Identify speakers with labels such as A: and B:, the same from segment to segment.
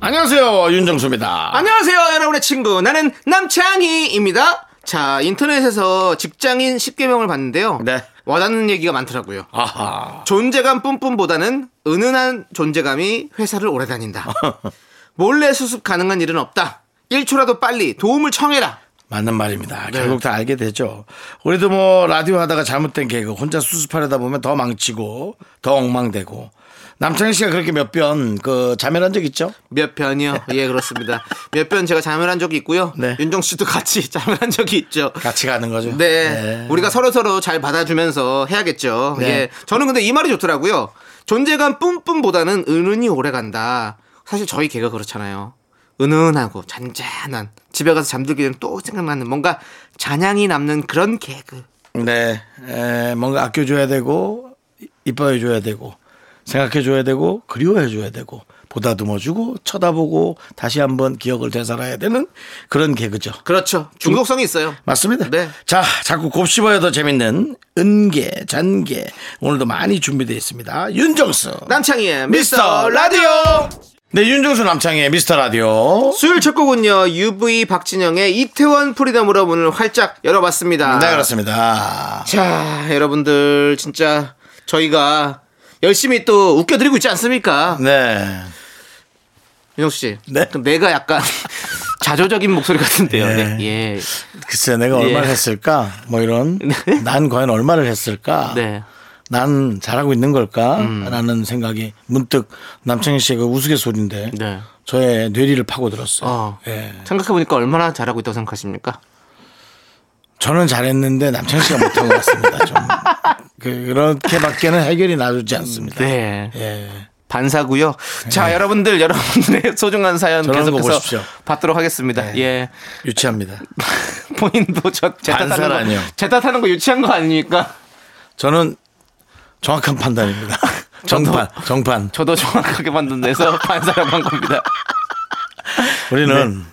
A: 안녕하세요 윤정수입니다.
B: 안녕하세요, 여러분의 친구. 나는 남창희입니다. 자, 인터넷에서 직장인 10개명을 봤는데요.
A: 네.
B: 와닿는 얘기가 많더라고요.
A: 아하.
B: 존재감 뿜뿜보다는 은은한 존재감이 회사를 오래 다닌다. 몰래 수습 가능한 일은 없다. 1초라도 빨리 도움을 청해라.
A: 맞는 말입니다.
B: 네.
A: 결국 다 알게 되죠. 우리도 뭐 라디오 하다가 잘못된 개그 혼자 수습하려다 보면 더 망치고 더 엉망되고 남창희 씨가 그렇게 몇 번 그 자멸한 적 있죠?
B: 몇 편이요? 예, 그렇습니다. 몇 편 제가 자멸한 적이 있고요.
A: 네.
B: 윤정 씨도 같이 자멸한 적이 있죠.
A: 같이 가는 거죠.
B: 네. 우리가 서로서로 잘 받아주면서 해야겠죠.
A: 네.
B: 예. 저는 근데 이 말이 좋더라고요. 존재감 뿜뿜보다는 은은히 오래 간다. 사실 저희 개가 그렇잖아요. 은은하고 잔잔한 집에 가서 잠들기 전에 또 생각나는 뭔가 잔향이 남는 그런 개그.
A: 네. 에, 뭔가 아껴줘야 되고 이뻐해줘야 되고 생각해줘야 되고 그리워해줘야 되고 보다듬어주고 쳐다보고 다시 한번 기억을 되살아야 되는 그런 개그죠.
B: 그렇죠. 중독성이 있어요.
A: 맞습니다.
B: 네.
A: 자, 자꾸 곱씹어야 더 재밌는 은계, 잔계. 오늘도 많이 준비되어 있습니다. 윤정수.
B: 남창희의 미스터 라디오.
A: 네, 윤정수 남창의 미스터 라디오.
B: 수요일 첫 곡은요. UV 박진영의 이태원 프리덤으로 문을 활짝 열어봤습니다.
A: 네, 그렇습니다.
B: 자, 여러분들 진짜 저희가 열심히 또 웃겨드리고 있지 않습니까?
A: 네.
B: 윤정수 씨.
A: 네.
B: 그럼 내가 약간 자조적인 목소리 같은데요.
A: 네.
B: 네. 예.
A: 글쎄, 내가
B: 예.
A: 얼마를 했을까? 뭐 이런. 난 과연 얼마를 했을까?
B: 네. 음.
A: 난 잘하고 있는 걸까? 라는 생각이 문득 남창희 씨의 그 우스갯소리인데
B: 네.
A: 저의 뇌리를 파고들었어요.
B: 어.
A: 예.
B: 생각해보니까 얼마나 잘하고 있다고 생각하십니까?
A: 저는 잘했는데 남창 씨가 못한 것 같습니다. 좀 그, 그렇게밖에는 해결이 나오지 않습니다.
B: 네.
A: 예.
B: 반사고요. 자, 여러분들, 여러분들의 소중한 사연
A: 네. 저런 거 보십시오. 네.
B: 계속해서 받도록 하겠습니다. 예.
A: 유치합니다.
B: 본인도 저, 제 탓하는
A: 반사라뇨.
B: 거, 제 탓하는 거 유치한 거 아닙니까?
A: 저는 정확한 판단입니다. 정판, 정판.
B: 저도 정확하게 만든데서 반사라고 한 겁니다.
A: 우리는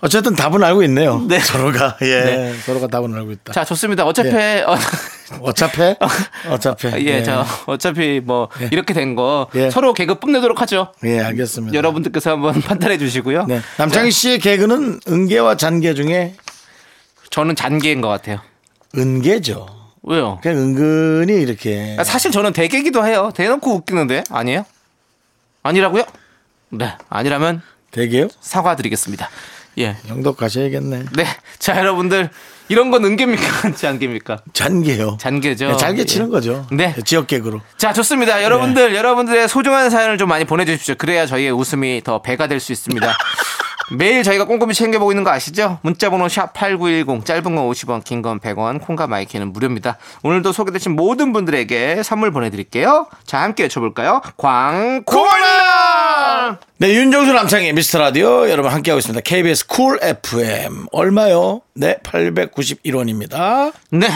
A: 어쨌든 답은 알고 있네요.
B: 네.
A: 서로가 예,
B: 네.
A: 서로가 답은 알고 있다.
B: 자, 좋습니다. 어차피,
A: 예.
B: 어,
A: 어차피, 어차피.
B: 예, 저 어차피 뭐
A: 예.
B: 이렇게 된 거
A: 예.
B: 서로 개그 뽐내도록 하죠.
A: 예, 알겠습니다.
B: 여러분들께서 한번 판단해 주시고요.
A: 네. 남창희 씨의 개그는 은계와 잔계 중에
B: 저는 잔계인 것 같아요.
A: 은계죠.
B: 왜요?
A: 그냥 은근히 이렇게
B: 아, 사실 저는 대개기도 해요. 대놓고 웃기는데 아니에요? 아니라고요? 네, 아니라면
A: 되게요.
B: 사과드리겠습니다. 예,
A: 영덕 가셔야겠네.
B: 네, 자 여러분들 이런 건 은계입니까, 잔계입니까?
A: 잔개요.
B: 잔개죠.
A: 네, 잘게 치는
B: 예.
A: 거죠.
B: 네.
A: 지역객으로.
B: 자, 좋습니다. 여러분들, 여러분들의 소중한 사연을 좀 많이 보내주십시오. 그래야 저희의 웃음이 더 배가 될 수 있습니다. 매일 저희가 꼼꼼히 챙겨보고 있는 거 아시죠? 문자번호 샵8910, 짧은 건 50원, 긴 건 100원, 콩과 마이키는 무료입니다. 오늘도 소개되신 모든 분들에게 선물 보내드릴게요. 자, 함께 외쳐볼까요? 광고라!
A: 네, 윤정수 남창의 미스터 라디오 여러분 함께하고 있습니다. KBS 쿨 FM. 얼마요? 네, 891원입니다.
B: 네.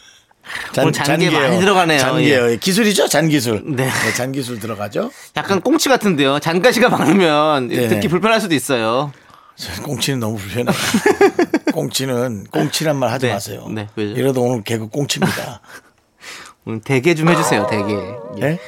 B: 오늘 잔개 많이 들어가네요. 예.
A: 잔개요. 기술이죠? 잔기술.
B: 네.
A: 잔기술 들어가죠?
B: 약간 꽁치 같은데요. 잔가시가 많으면
A: 네.
B: 듣기 불편할 수도 있어요.
A: 꽁치는 너무 불편해. 꽁치는 꽁치란 말 하지
B: 네,
A: 마세요.
B: 네, 왜죠?
A: 이러다 오늘 개그 꽁치입니다.
B: 오늘 대게 좀 해주세요, 대게.
A: 예?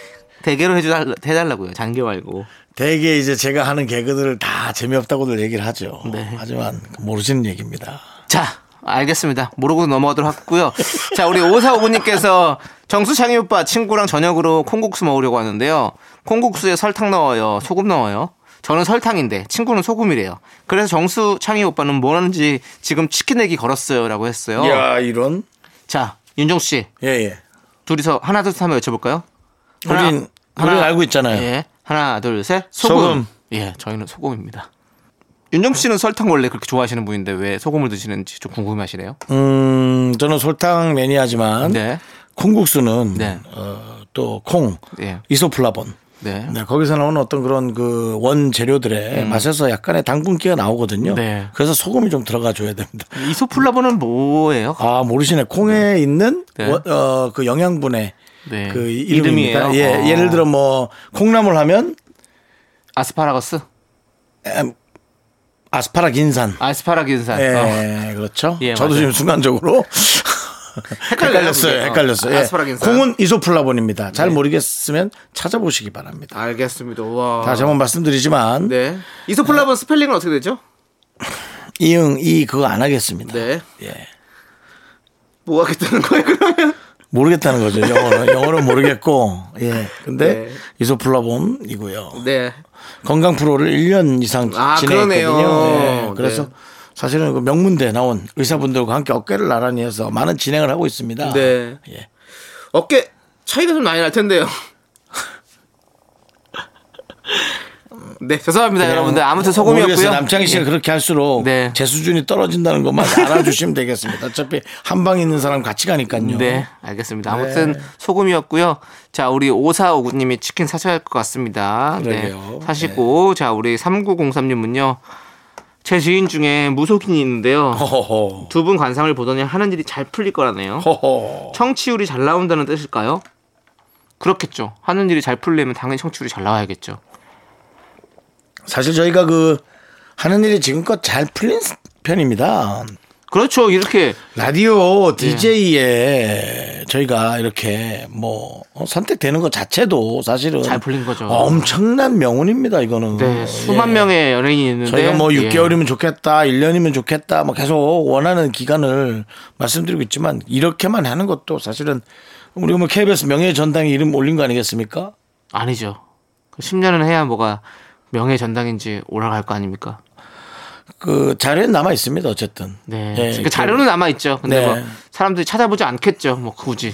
B: 대게로 해달라, 해달라고요. 잔개 말고.
A: 대개 이제 제가 하는 개그들을 다 재미없다고들 얘기를 하죠.
B: 네.
A: 하지만 모르시는 얘기입니다.
B: 자, 알겠습니다. 모르고 넘어가도록 하고요. 자, 우리 오사오구님께서 정수창이 오빠 친구랑 저녁으로 콩국수 먹으려고 하는데요. 콩국수에 설탕 넣어요. 소금 넣어요. 저는 설탕인데 친구는 소금이래요. 그래서 정수 창희 오빠는 뭐 하는지 지금 치킨 내기 걸었어요라고 했어요.
A: 야 이런.
B: 자, 윤정 씨
A: 예, 예.
B: 둘이서 하나 둘 셋 한번 외쳐볼까요? 하나,
A: 우린, 우린 알고 있잖아요.
B: 예, 하나 둘 셋 소금.
A: 소금.
B: 예, 저희는 소금입니다. 윤정 씨는 설탕 원래 그렇게 좋아하시는 분인데 왜 소금을 드시는지 좀 궁금하시네요.
A: 음, 저는 설탕 매니아지만
B: 네.
A: 콩국수는
B: 네.
A: 어, 또 콩,
B: 예.
A: 이소플라본
B: 네. 음.
A: 네, 거기서 나오는 어떤 그런 그 원재료들의 맛에서 약간의 당분기가 나오거든요.
B: 네.
A: 그래서 소금이 좀 들어가 줘야 됩니다.
B: 이소플라본은 뭐예요?
A: 아, 모르시네. 콩에 있는
B: 네.
A: 원- 어, 그 영양분의
B: 네.
A: 그 이름입니다.
B: 이름이에요?
A: 예,
B: 어.
A: 예를 들어 뭐 콩나물 하면
B: 아스파라거스?
A: 에, 아스파라긴산.
B: 아스파라긴산.
A: 예,
B: 어.
A: 그렇죠.
B: 예,
A: 저도
B: 맞아요.
A: 지금 순간적으로
B: 헷갈려요,
A: 헷갈렸어요.
B: 그게. 어,
A: 헷갈렸어요. 예.
B: 아스파라긴산. 네.
A: 콩은 이소플라본입니다. 잘 모르겠으면 찾아보시기 바랍니다.
B: 알겠습니다. 와.
A: 다시 한번 말씀드리지만
B: 아. 네. 이소플라본 스펠링은 어떻게 되죠?
A: 이응 이 그거 안 하겠습니다.
B: 네.
A: 예.
B: 뭐 하겠다는 거예요, 그러면?
A: 모르겠다는 거죠. 영어로 영어로 모르겠고 예. 근데
B: 네.
A: 이소플라본이고요.
B: 네.
A: 건강 프로를 1년 이상
B: 아, 그러네요.
A: 진행했거든요. 예. 그래서
B: 네.
A: 사실은 그 명문대 나온 의사분들과 함께 어깨를 나란히 해서 많은 진행을 하고 있습니다.
B: 네.
A: 예.
B: 어깨 차이가 좀 많이 날 텐데요. 네, 죄송합니다, 여러분들. 아무튼 소금이었고요.
A: 뭐, 모르겠어요. 남창희 씨가 그렇게 할수록
B: 네.
A: 제 수준이 떨어진다는 것만 알아주시면 되겠습니다. 어차피 한 방 있는 사람 같이 가니까요.
B: 네, 알겠습니다. 아무튼 소금이었고요. 자, 우리 5459님이 치킨 사셔야 할 것 같습니다.
A: 그러게요.
B: 네, 사시고 자, 우리 3903님은요. 제 지인 중에 무속인이 있는데요.
A: 호호호.
B: 두 분 관상을 보더니 하는 일이 잘 풀릴 거라네요.
A: 호호.
B: 청취율이 잘 나온다는 뜻일까요? 그렇겠죠. 하는 일이 잘 풀리면 당연히 청취율이 잘 나와야겠죠.
A: 사실 저희가 그 하는 일이 지금껏 잘 풀린 편입니다.
B: 그렇죠. 이렇게
A: 라디오
B: 네.
A: DJ에 저희가 이렇게 뭐 어, 선택되는 것 자체도 사실은
B: 잘 풀린 거죠.
A: 엄청난 명운입니다. 이거는.
B: 네, 수만
A: 예.
B: 명의 연예인이 있는데
A: 저희가 뭐
B: 예.
A: 6개월이면 좋겠다, 1년이면 좋겠다, 뭐 계속 원하는 기간을 말씀드리고 있지만 이렇게만 하는 것도 사실은 우리 뭐 KBS 명예 전당에 이름 올린 거 아니겠습니까?
B: 아니죠. 10년은 해야 뭐가 명예 전당인지 올라갈 거 아닙니까?
A: 그 자료는 남아 있습니다. 어쨌든.
B: 네.
A: 예,
B: 그러니까 자료는 남아 있죠. 근데
A: 네.
B: 뭐 사람들이 찾아보지 않겠죠. 뭐 굳이.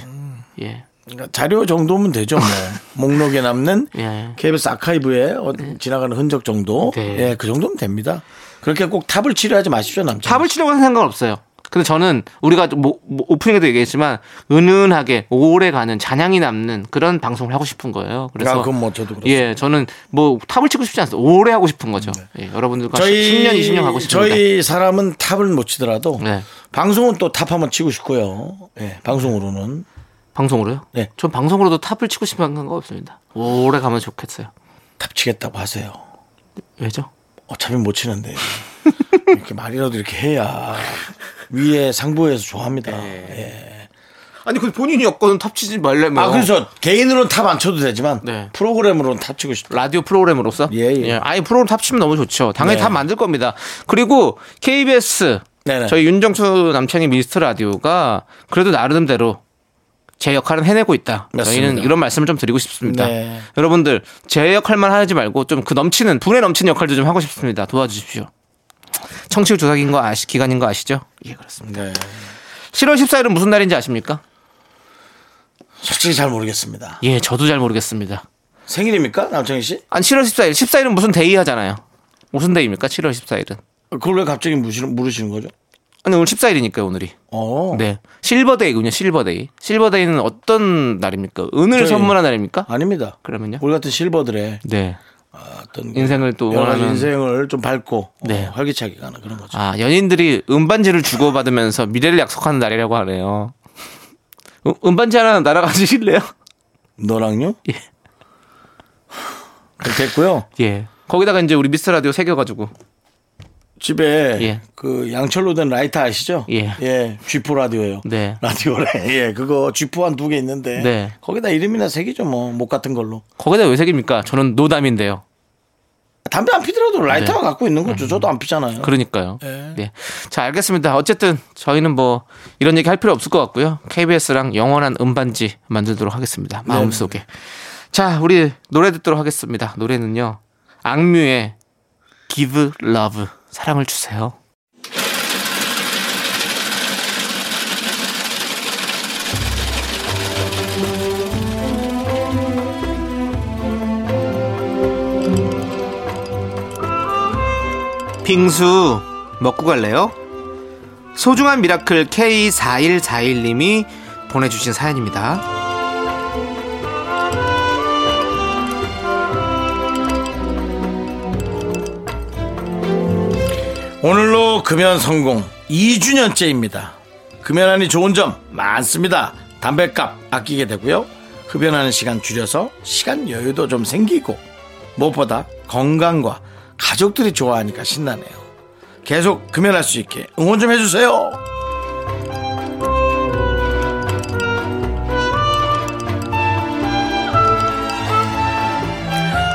B: 예.
A: 그러니까 자료 정도면 되죠. 뭐. 목록에 남는
B: 예.
A: KBS 아카이브에 어- 지나가는 흔적 정도.
B: 네.
A: 예, 그 정도면 됩니다. 그렇게 꼭 탑을 치료하지 마십시오, 남자.
B: 탑을 치려고 하는 상관 없어요. 근데 저는 우리가 뭐, 뭐 오프닝에도 얘기했지만 은은하게 오래가는 잔향이 남는 그런 방송을 하고 싶은 거예요. 그래서
A: 아, 그건 뭐 저도 그렇습니다.
B: 예, 저는 뭐 탑을 치고 싶지 않습니다. 오래 하고 싶은 거죠. 예, 여러분들과 10년, 20년 하고
A: 네.
B: 싶은데.
A: 저희 사람은 탑을 못 치더라도
B: 네.
A: 방송은 또 탑 한번 치고 싶고요. 예, 방송으로는
B: 방송으로요?
A: 네.
B: 전 방송으로도 탑을 치고 싶은 건 없습니다. 오래 가면 좋겠어요.
A: 탑 치겠다고 하세요.
B: 왜죠?
A: 어차피 못 치는데 이렇게 말이라도 이렇게 해야 위에 상부에서 좋아합니다.
B: 네.
A: 예.
B: 아니 그 본인이 없거든 탑 치지 말래면.
A: 아 그래서 개인으로는 탑 안 쳐도 되지만
B: 네.
A: 프로그램으로는 탑 치고 싶다.
B: 라디오 프로그램으로서
A: 예, 예.
B: 아예 프로그램 탑치면 너무 좋죠. 당연히
A: 네.
B: 탑 만들 겁니다. 그리고 KBS
A: 네네.
B: 저희 윤정수 남창희 미스터 라디오가 그래도 나름대로 제 역할은 해내고 있다.
A: 맞습니다.
B: 저희는 이런 말씀을 좀 드리고 싶습니다.
A: 네.
B: 여러분들 제 역할만 하지 말고 좀 그 넘치는 분에 넘치는 역할도 좀 하고 싶습니다. 도와주십시오. 청취율 조사기인 거 아시 기간인 거 아시죠? 예 그렇습니다.
A: 네.
B: 7월 14일은 무슨 날인지 아십니까?
A: 솔직히 잘 모르겠습니다.
B: 예 저도 잘 모르겠습니다.
A: 생일입니까 남창희 씨?
B: 안 7월 14일 14일은 무슨 데이 하잖아요. 무슨 데이입니까? 7월 14일은
A: 그걸 왜 갑자기 무시는- 물으시는 거죠?
B: 아니 오늘 14일이니까요 오늘이.
A: 어.
B: 네. 실버데이군요, 실버데이. 실버데이는 어떤 날입니까? 은을
A: 저희-
B: 선물한 날입니까?
A: 아닙니다.
B: 그러면요?
A: 우리 같은 실버들의
B: 네.
A: 어떤
B: 인생을 또
A: 여러 가지
B: 원하는-
A: 인생을 좀 밝고
B: 네.
A: 어, 활기차게 가는 그런 거죠.
B: 아, 연인들이 음반지를 주고받으면서 미래를 약속하는 날이라고 하네요. 음, 음반지 하나 날아가주실래요?
A: 너랑요?
B: 예.
A: 그럼 됐고요.
B: 예. 거기다가 이제 우리 미스터 라디오 새겨가지고.
A: 집에
B: 예.
A: 그 양철로 된 라이터 아시죠?
B: 예.
A: G4 라디오예요.
B: 네.
A: 라디오래. 예. 그거 G4 한 두 개 있는데
B: 네.
A: 거기다 이름이나 색이죠 뭐. 목 같은 걸로.
B: 거기다 왜 새깁니까? 저는 노담인데요.
A: 담배 안 피더라도 라이터가
B: 네.
A: 갖고 있는
B: 음.
A: 거죠. 저도 안 피잖아요.
B: 그러니까요.
A: 예.
B: 예. 자, 알겠습니다. 어쨌든 저희는 뭐 이런 얘기 할 필요 없을 것 같고요. KBS랑 영원한 음반지 만들도록 하겠습니다. 마음속에. 자, 우리 노래 듣도록 하겠습니다. 노래는요. 악뮤의 Give Love 사랑을 주세요. 빙수 먹고 갈래요? 소중한 미라클 K4141님이 보내주신 사연입니다.
A: 오늘로 금연 성공 2주년째입니다. 금연하니 좋은 점 많습니다. 담배값 아끼게 되고요. 흡연하는 시간 줄여서 시간 여유도 좀 생기고 무엇보다 건강과 가족들이 좋아하니까 신나네요. 계속 금연할 수 있게 응원 좀 해주세요.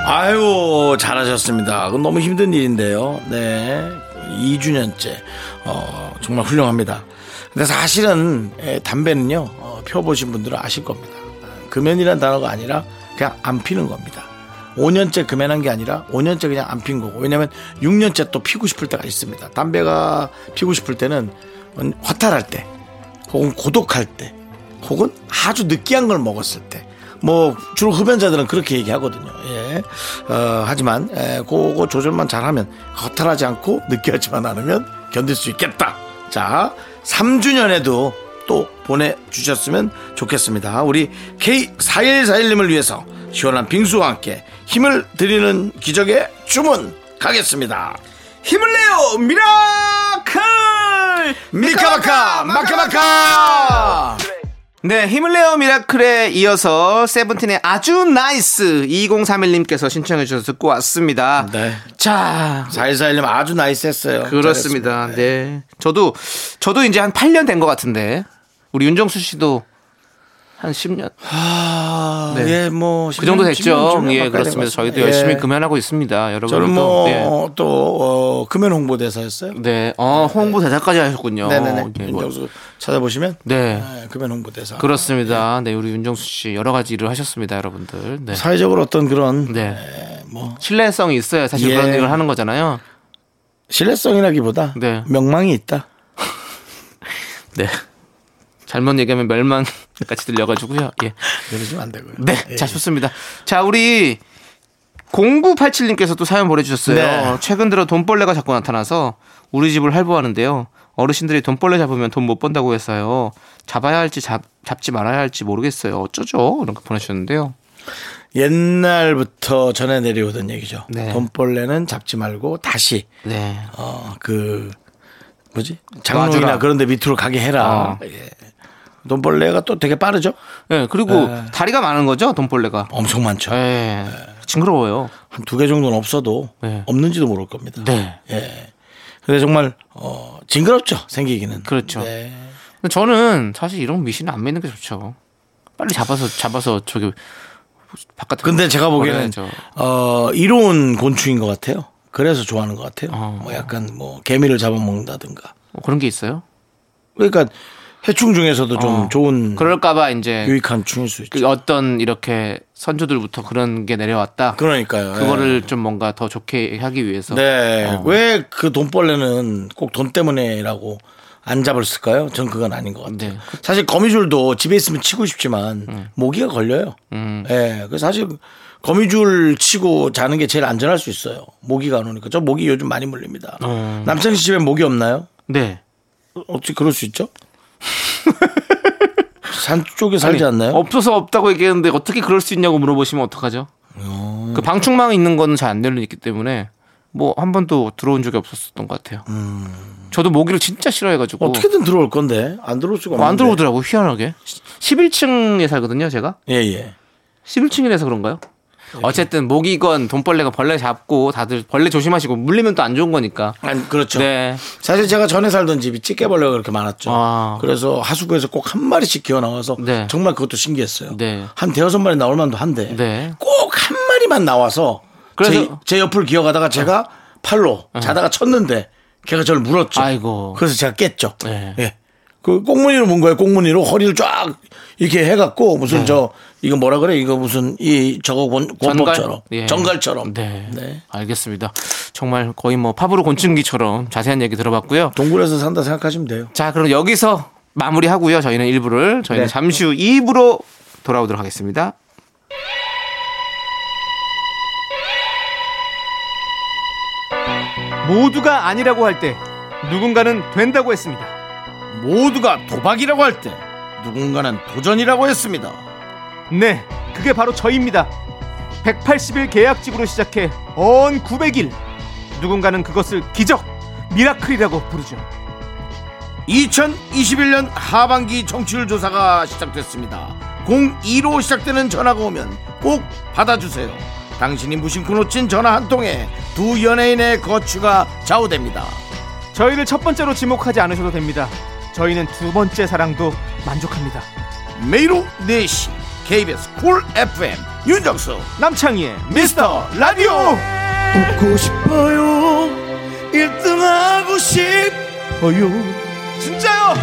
A: 아유 잘하셨습니다. 그건 너무 힘든 일인데요. 네, 2주년째 어, 정말 훌륭합니다. 근데 사실은 에, 담배는요 어, 펴보신 분들은 아실 겁니다. 아, 금연이란 단어가 아니라 그냥 안 피는 겁니다. 5년째 금연한 게 아니라 5년째 그냥 안 핀 거고 왜냐하면 6년째 또 피고 싶을 때가 있습니다. 담배가 피고 싶을 때는 허탈할 때 혹은 고독할 때, 혹은 아주 느끼한 걸 먹었을 때. 뭐 주로 흡연자들은 그렇게 얘기하거든요. 예. 어, 하지만 에, 그거 조절만 잘하면 허탈하지 않고 느끼하지만 않으면 견딜 수 있겠다. 자, 3주년에도 또 보내주셨으면 좋겠습니다. 우리 K4141님을 위해서 시원한 빙수와 함께 힘을 드리는 기적의 주문 가겠습니다.
B: 힘을 내요 미라클
A: 미카마카 마카마카
B: 네 힘을 내요 미라클에 이어서 세븐틴의 아주 나이스 2031님께서 신청해 주셔서 듣고 왔습니다
A: 네.
B: 자
A: 사일사일님 아주 나이스했어요.
B: 그렇습니다 네. 저도 저도 이제 한 8년 된 것 같은데 우리 윤정수 씨도 한 10년
A: 잘했습니다.
B: 네.
A: 예, 뭐그
B: 그 정도 됐죠 예 그렇습니다 저희도 열심히 금연하고 예. 있습니다 여러분
A: 저는 뭐 또 어, 금연 홍보대사였어요.
B: 네, 어, 홍보 대사까지 하셨군요.
A: 네네네.
B: 네, 뭐.
A: 윤정수 찾아보시면
B: 네.
A: 네, 금연 홍보대사.
B: 그렇습니다. 네, 우리 윤정수 씨 여러 가지 일을 하셨습니다, 여러분들. 네.
A: 사회적으로 어떤 그런
B: 네.
A: 네, 뭐
B: 신뢰성이 있어야 사실
A: 예.
B: 그런 일을 하는 거잖아요.
A: 신뢰성이라기보다
B: 네.
A: 명망이 있다.
B: 네. 잘못 얘기하면 멸망 같이 들려가지고요. 예.
A: 이러시면 안 되고요.
B: 네.
A: 예.
B: 자, 좋습니다. 자, 우리 0987님께서 또 사연 보내주셨어요.
A: 네.
B: 최근 들어 돈벌레가 자꾸 나타나서 우리 집을 할부하는데요. 어르신들이 돈벌레 잡으면 돈 못 번다고 해서요. 잡아야 할지 잡, 잡지 말아야 할지 모르겠어요. 어쩌죠? 이렇게 보내주셨는데요.
A: 옛날부터 전해 내려오던 얘기죠.
B: 네.
A: 돈벌레는 잡지 말고 다시
B: 네.
A: 어 그 뭐지 장롱이나
B: 놔주라.
A: 그런데 밑으로 가게 해라.
B: 어.
A: 예. 돈벌레가 또 되게 빠르죠.
B: 네, 그리고 다리가 많은 거죠, 돈벌레가.
A: 엄청 많죠.
B: 예. 징그러워요.
A: 한 두 개 정도는 없어도
B: 네.
A: 없는지도 모를 겁니다.
B: 네.
A: 예. 근데 정말 어 징그럽죠 생기기는.
B: 그렇죠.
A: 네.
B: 근데 저는 사실 이런 미신을 안 믿는 게 좋죠. 빨리 잡아서 잡아서 저기 바깥에
A: 근데 제가 보기에는
B: 버려야죠.
A: 어 이로운 곤충인 것 같아요. 그래서 좋아하는 것 같아요.
B: 어.
A: 뭐 약간 뭐 개미를 잡아먹는다든가.
B: 어, 그런 게 있어요.
A: 그러니까 해충 중에서도 좀
B: 어.
A: 좋은
B: 그럴까 봐 이제
A: 유익한 충일 수 있죠.
B: 그 어떤 이렇게 선조들부터 그런 게 내려왔다. 그
A: 그러니까요.
B: 거를좀 뭔가 더 좋게 하기 위해서.
A: 네.
B: 어.
A: 왜 그 돈벌레는 꼭 돈 때문에라고 안 잡았을까요? 전 그건 아닌 것 같아요.
B: 네. 음.
A: 사실 거미줄도 집에 있으면 치고 싶지만 모기가 걸려요. 예. 그래서 사실 거미줄 치고 자는 게 제일 안전할 수 있어요. 모기가 안 오니까. 저 모기 요즘 많이 물립니다.
B: 어.
A: 남창 씨 집에 모기 없나요?
B: 네.
A: 어, 어떻게 그럴 수 있죠? 산 쪽에 살지
B: 아니,
A: 않나요?
B: 없어서 없다고 얘기했는데 어떻게 그럴 수 있냐고 물어보시면 어떡하죠? 그 방충망 있는 거는 잘 안 열리기 때문에 뭐 한 번도 들어온 적이 없었던 것 같아요. 저도 모기를 진짜 싫어해가지고
A: 음. 어떻게든 들어올 건데 안 들어올 수가
B: 어,
A: 없는데.
B: 안 들어오더라고 희한하게. 11층에 살거든요 제가.
A: 예 예.
B: 11층이라서 그런가요?
A: 네.
B: 어쨌든 모기건 돈벌레가 벌레 잡고 다들 벌레 조심하시고 물리면 또 안 좋은 거니까.
A: 아니 그렇죠.
B: 네.
A: 사실 제가 전에 살던 집이 찌개벌레가 그렇게 많았죠.
B: 아.
A: 그래서 하수구에서 꼭 한 마리씩 기어 나와서
B: 네.
A: 정말 그것도 신기했어요.
B: 네.
A: 한 대여섯 마리 나올 만도 한데
B: 네.
A: 꼭 한 마리만 나와서 제,
B: 그래서- 네.
A: 제 옆을 기어가다가 제가 팔로 자다가 쳤는데 걔가 저를 물었죠.
B: 아이고.
A: 그래서 제가 깼죠.
B: 네.
A: 예. 그 꽁무니로 문 거예요. 꽁무니로 허리를 쫙 이렇게 해갖고
B: 네.
A: 무슨 저 이거 뭐라 그래? 이거 무슨 이 저거 권, 권법처럼
B: 예.
A: 정갈처럼.
B: 네.
A: 네.
B: 알겠습니다. 정말 거의 뭐 파브로 곤충기처럼 자세한 얘기 들어봤고요.
A: 동굴에서 산다 생각하시면 돼요.
B: 자, 그럼 여기서 마무리하고요. 저희는 1부를
A: 네.
B: 저희는 잠시 후 2부로 돌아오도록 하겠습니다. 모두가 아니라고 할 때 누군가는 된다고 했습니다.
A: 모두가 도박이라고 할 때 누군가는 도전이라고 했습니다.
C: 네, 그게 바로 저입니다. 180일 계약직으로 시작해 언 900일. 누군가는 그것을 기적, 미라클이라고 부르죠.
A: 2021년 하반기 청취율 조사가 시작됐습니다. 02로 시작되는 전화가 오면 꼭 받아주세요. 당신이 무심코 놓친 전화 한 통에 두 연예인의 거취가 좌우됩니다.
C: 저희를 첫 번째로 지목하지 않으셔도 됩니다. 저희는 두 번째 사랑도 만족합니다.
A: 매일 오후 4시 KBS 쿨 FM 윤정수
C: 남창희의
A: 미스터 라디오 웃고 싶어요 1등하고 싶어요 진짜요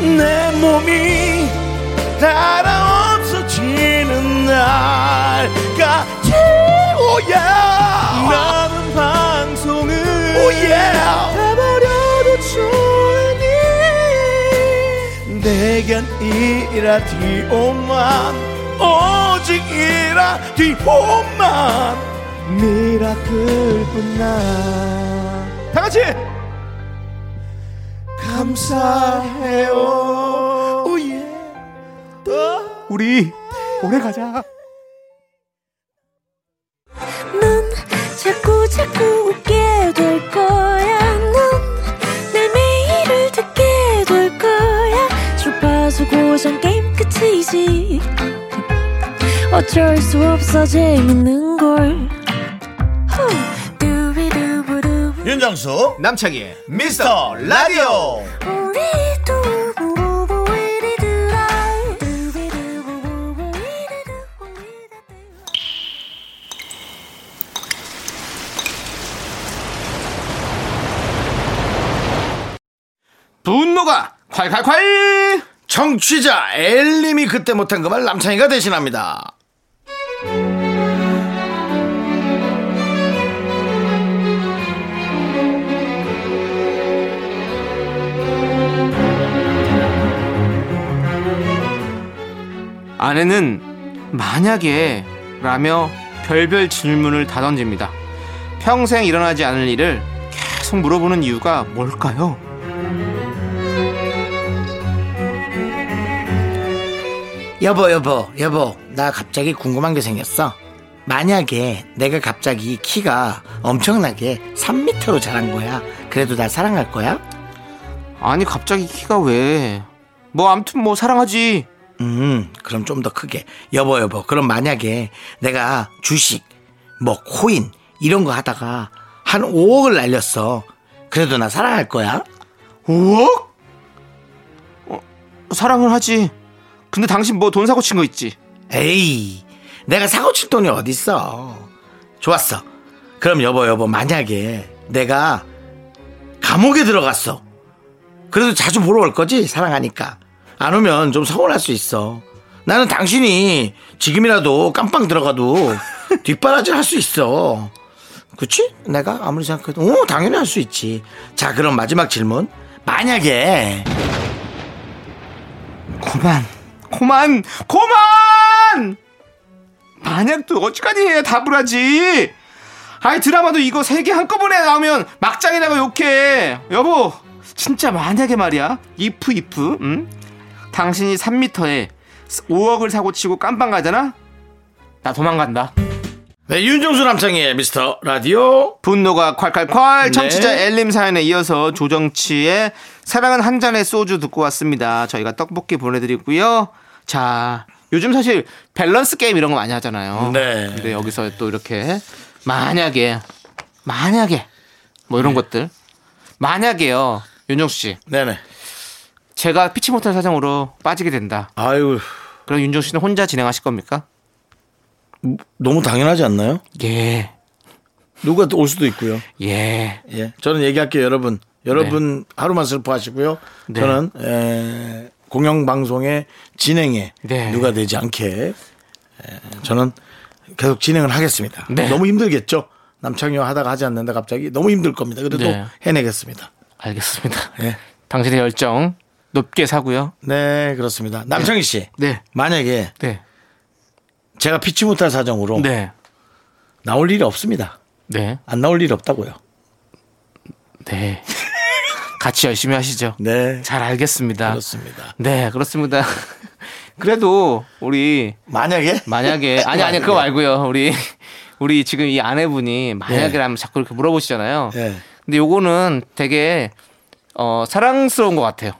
A: 내 몸이 달아 없어지는 날까지 오야 나는 방송을 오야 해버려도 좋으니 내겐 이 라디오만 오직 이 라디오만 미라클뿐나
C: 다 같이
A: 감사해요 오예
C: 우리 오래 가자.
D: 넌 자꾸 자꾸 웃게 될 거야. 넌내 매일을 듣게 될 거야. 주파수 고정 게임 끝이지. 어쩔 수 없어 재밌는 걸. 후. 두비두부두.
A: 윤정수
B: 남창희의
A: 미스터 라디오
D: 우리 두부부부 우리 두라. 두비두부부부 우리 두부 우리 두부.
B: 분노가 콸콸콸
A: 청취자 엘님이 그때 못한 그 말 남창희가 대신합니다.
B: 아내는 만약에 라며 별별 질문을 다 던집니다. 평생 일어나지 않을 일을 계속 물어보는 이유가 뭘까요?
A: 여보 여보 여보 나 갑자기 궁금한 게 생겼어. 만약에 내가 갑자기 키가 엄청나게 3미터로 자란 거야. 그래도 나 사랑할 거야?
B: 아니 갑자기 키가 왜? 뭐 암튼 뭐 사랑하지.
A: 음 그럼 좀 더 크게 여보 여보 그럼 만약에 내가 주식 뭐 코인 이런 거 하다가 한 5억을 날렸어. 그래도 나 사랑할 거야?
B: 5억? 사랑을 하지. 근데 당신 뭐 돈 사고 친 거 있지?
A: 에이, 내가 사고 칠 돈이 어딨어. 좋았어. 그럼 여보, 여보, 만약에 내가 감옥에 들어갔어. 그래도 자주 보러 올 거지? 사랑하니까. 안 오면 좀 서운할 수 있어. 나는 당신이 지금이라도 깜빵 들어가도 뒷바라지 할 수 있어. 그치? 내가 아무리 생각해도, 오, 당연히 할 수 있지. 자, 그럼 마지막 질문. 만약에,
B: 고만 고만 고만 만약 또 어찌까지 해야 답을 하지 아이 드라마도 이거 세 개 한꺼번에 나오면 막장이라고 욕해 여보 진짜 만약에 말이야 이프 이프 응? 당신이 3미터에 5억을 사고 치고 깜빵 가잖아 나 도망간다
A: 네, 윤종수 남창희의 미스터 라디오.
B: 분노가 콸콸콸 청취자 엘림 사연에 이어서 조정치의 사랑은 한 잔의 소주 듣고 왔습니다. 저희가 떡볶이 보내드리고요. 자 요즘 사실 밸런스 게임 이런 거 많이 하잖아요.
A: 네.
B: 근데 여기서 또 이렇게 만약에 만약에 뭐 이런 것들 만약에요 윤정수 씨
A: 네네.
B: 제가 피치 못할 사정으로 빠지게 된다.
A: 아유.
B: 그럼 윤정수 씨는 혼자 진행하실 겁니까?
A: 너무 당연하지 않나요?
B: 예
A: 누가 또 올 수도 있고요.
B: 예.
A: 예. 저는 얘기할게요, 여러분. 여러분 하루만 슬퍼하시고요.
B: 네.
A: 저는 에, 공영방송의 진행에
B: 네.
A: 누가 되지 않게 에, 저는 계속 진행을 하겠습니다.
B: 네.
A: 너무 힘들겠죠? 남창희와 하다가 하지 않는다 갑자기 너무 힘들 겁니다. 그래도
B: 네.
A: 해내겠습니다.
B: 알겠습니다.
A: 예.
B: 당신의 열정 높게 사고요.
A: 네, 그렇습니다. 남창희 씨.
B: 네.
A: 만약에
B: 네.
A: 제가 피치 못할 사정으로
B: 네.
A: 나올 일이 없습니다.
B: 네.
A: 안 나올 일이 없다고요.
B: 네. 같이 열심히 하시죠.
A: 네.
B: 잘 알겠습니다.
A: 그렇습니다.
B: 네, 그렇습니다. 그래도 우리
A: 만약에
B: 만약에 아니 아니
A: 네.
B: 그거 말고요. 우리 우리 지금 이 아내분이 만약에라면 자꾸 이렇게 물어보시잖아요.
A: 예.
B: 근데 요거는 되게 어, 사랑스러운 것 같아요.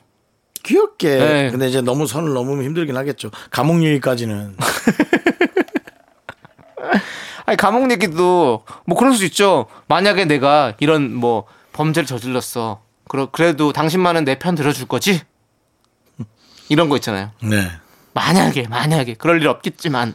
A: 귀엽게.
B: 네.
A: 근데 이제 너무 선을 넘으면 힘들긴 하겠죠. 감옥 얘기까지는.
B: 아니 감옥 얘기도 뭐 그럴 수 있죠. 만약에 내가 이런 뭐 범죄를 저질렀어. 그러, 그래도 당신만은 내 편 들어줄 거지? 이런 거 있잖아요.
A: 네.
B: 만약에 만약에 그럴 일 없겠지만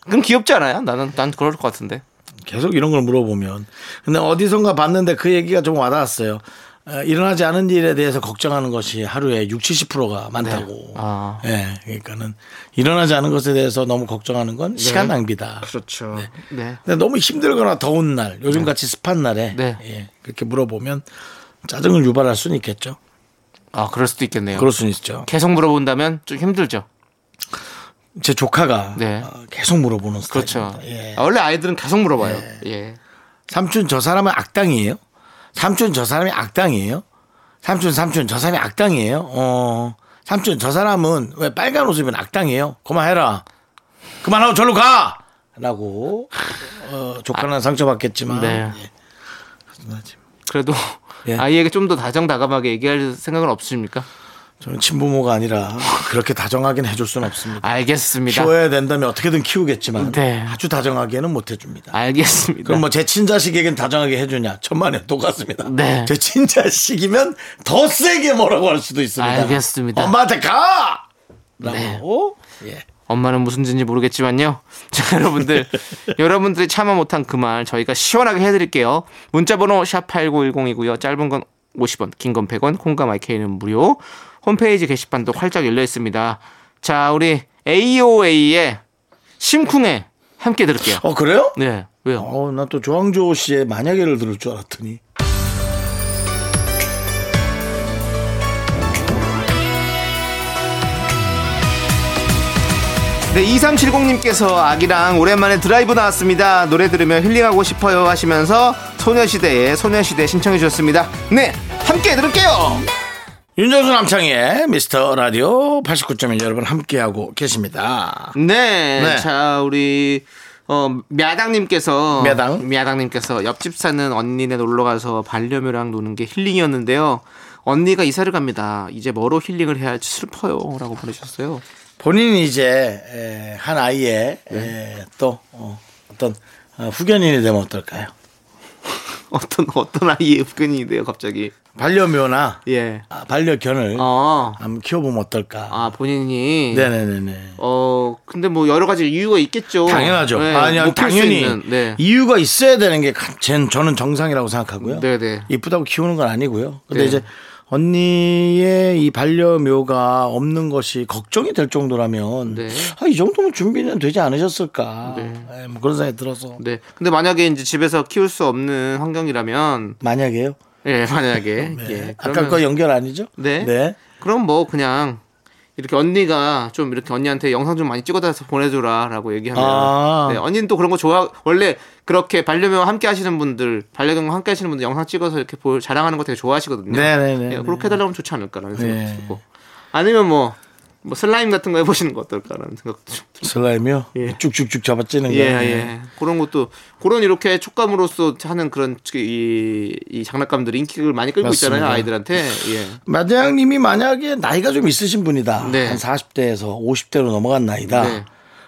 B: 그럼 귀엽지 않아요? 나는 난 그럴 것 같은데.
A: 계속 이런 걸 물어보면. 근데 어디선가 봤는데 그 얘기가 좀 와닿았어요. 어, 일어나지 않은 일에 대해서 걱정하는 것이 하루에 60, 70%가 많다고. 예.
B: 아.
A: 그러니까는 일어나지 않은 것에 대해서 너무 걱정하는 건 시간 낭비다.
B: 네. 그렇죠. 네.
A: 근데 너무 힘들거나 더운 날, 요즘 같이 습한 날에
B: 네.
A: 예, 그렇게 물어보면 짜증을 유발할 수는 있겠죠.
B: 아 그럴 수도 있겠네요.
A: 그럴 수는 있죠.
B: 계속 물어본다면 좀 힘들죠.
A: 제 조카가
B: 네.
A: 어, 계속 물어보는
B: 그렇죠.
A: 스타일입니다. 예.
B: 아, 원래 아이들은 계속 물어봐요. 예.
A: 삼촌 저 사람은 악당이에요? 삼촌 저 사람이 악당이에요? 삼촌 삼촌 저 사람이 악당이에요? 어 삼촌 저 사람은 왜 빨간 옷 입은 악당이에요? 그만해라. 그만하고 절로 가. 라고 어, 조카는 상처받겠지만
B: 네.
A: 예.
B: 그래도
A: 예.
B: 아이에게 좀 더 다정다감하게 얘기할 생각은 없습니까?
A: 저는 친부모가 아니라 그렇게 다정하긴 해줄 수는 없습니다.
B: 알겠습니다.
A: 키워야 된다면 어떻게든 키우겠지만
B: 네.
A: 아주 다정하게는 못 해줍니다.
B: 알겠습니다.
A: 그럼 뭐 제 친자식에겐 다정하게 해주냐? 천만에 똑같습니다.
B: 네.
A: 제 친자식이면 더 세게 뭐라고 할 수도 있습니다.
B: 알겠습니다. 네.
A: 엄마한테 가! 라고. 예.
B: 엄마는 무슨 짓인지 모르겠지만요. 자, 여러분들, 여러분들이 참아 못한 그 말 저희가 시원하게 해드릴게요. 문자번호 샵8910이고요. 짧은 건 50원, 긴 건 100원, 콩과 마이케이는 무료. 홈페이지 게시판도 활짝 열려 있습니다. 자, 우리 AOA의 심쿵에 함께 들을게요.
A: 어, 그래요?
B: 네, 왜요?
A: 어, 난 또 조항조 씨의 만약에를 들을 줄 알았더니.
B: 네, 2370님께서 아기랑 오랜만에 드라이브 나왔습니다. 노래 들으며 힐링하고 싶어요 하시면서 소녀시대의 소녀시대 신청해 주셨습니다. 네, 함께 들을게요.
A: 윤정수 남창희의 미스터 라디오 89.1 여러분 함께하고 계십니다.
B: 네,
A: 네.
B: 자 우리 어 мя당님께서
A: мя당?
B: 님께서 옆집 사는 언니네 놀러 가서 반려묘랑 노는 게 힐링이었는데요. 언니가 이사를 갑니다. 이제 뭐로 힐링을 해야 할지 슬퍼요라고 보내셨어요.
A: 본인이 이제 에, 한 아이의 에, 또 어, 어떤 어, 후견인이 되면 어떨까요?
B: 어떤 어떤 아이의 의견이네요, 갑자기.
A: 반려묘나
B: 예.
A: 아, 반려견을
B: 어,
A: 한번 키워보면 어떨까?
B: 아 본인이.
A: 네네네네.
B: 어 근데 뭐 여러 가지 이유가 있겠죠.
A: 당연하죠.
B: 네,
A: 아니, 아니
B: 못킬수
A: 당연히
B: 있는, 네.
A: 이유가 있어야 되는 게 가- 쟨- 저는 정상이라고 생각하고요.
B: 네네.
A: 이쁘다고 키우는 건 아니고요. 근데
B: 네.
A: 이제 언니의 이 반려묘가 없는 것이 걱정이 될 정도라면
B: 네.
A: 아, 이 정도면 준비는 되지 않으셨을까?
B: 네.
A: 예, 뭐 그런 생각이 들어서
B: 네. 근데 만약에 이제 집에서 키울 수 없는 환경이라면
A: 만약에요.
B: 예 만약에 예
A: 네. 아까 그 거 연결 아니죠?
B: 네. 그럼 뭐 그냥 이렇게 언니가 좀 이렇게 언니한테 영상 좀 많이 찍어다서 보내줘라라고 얘기하면
A: 아.
B: 네, 언니는 또 그런 거 좋아 원래 그렇게 반려묘 함께 하시는 분들 반려견 함께 하시는 분들 영상 찍어서 이렇게 보, 자랑하는 거 되게 좋아하시거든요.
A: 네네네.
B: 예, 그렇게 해달라면 좋지 않을까라는 생각도
A: 네.
B: 들고 아니면 뭐, 뭐 슬라임 같은 거 해보시는 거 어떨까라는 생각도 좀 들고
A: 슬라임이요?
B: 예.
A: 쭉쭉쭉 잡아찌는 거.
B: 예, 예. 그런 것도 그런 이렇게 촉감으로서 하는 그런 이, 이 장난감들이 인기를 많이 끌고 있잖아요
A: 맞습니다.
B: 아이들한테 예.
A: 마대장님이 만약에 나이가 좀 있으신 분이다.
B: 네.
A: 한 40대에서 50대로 넘어간 나이다.
B: 네.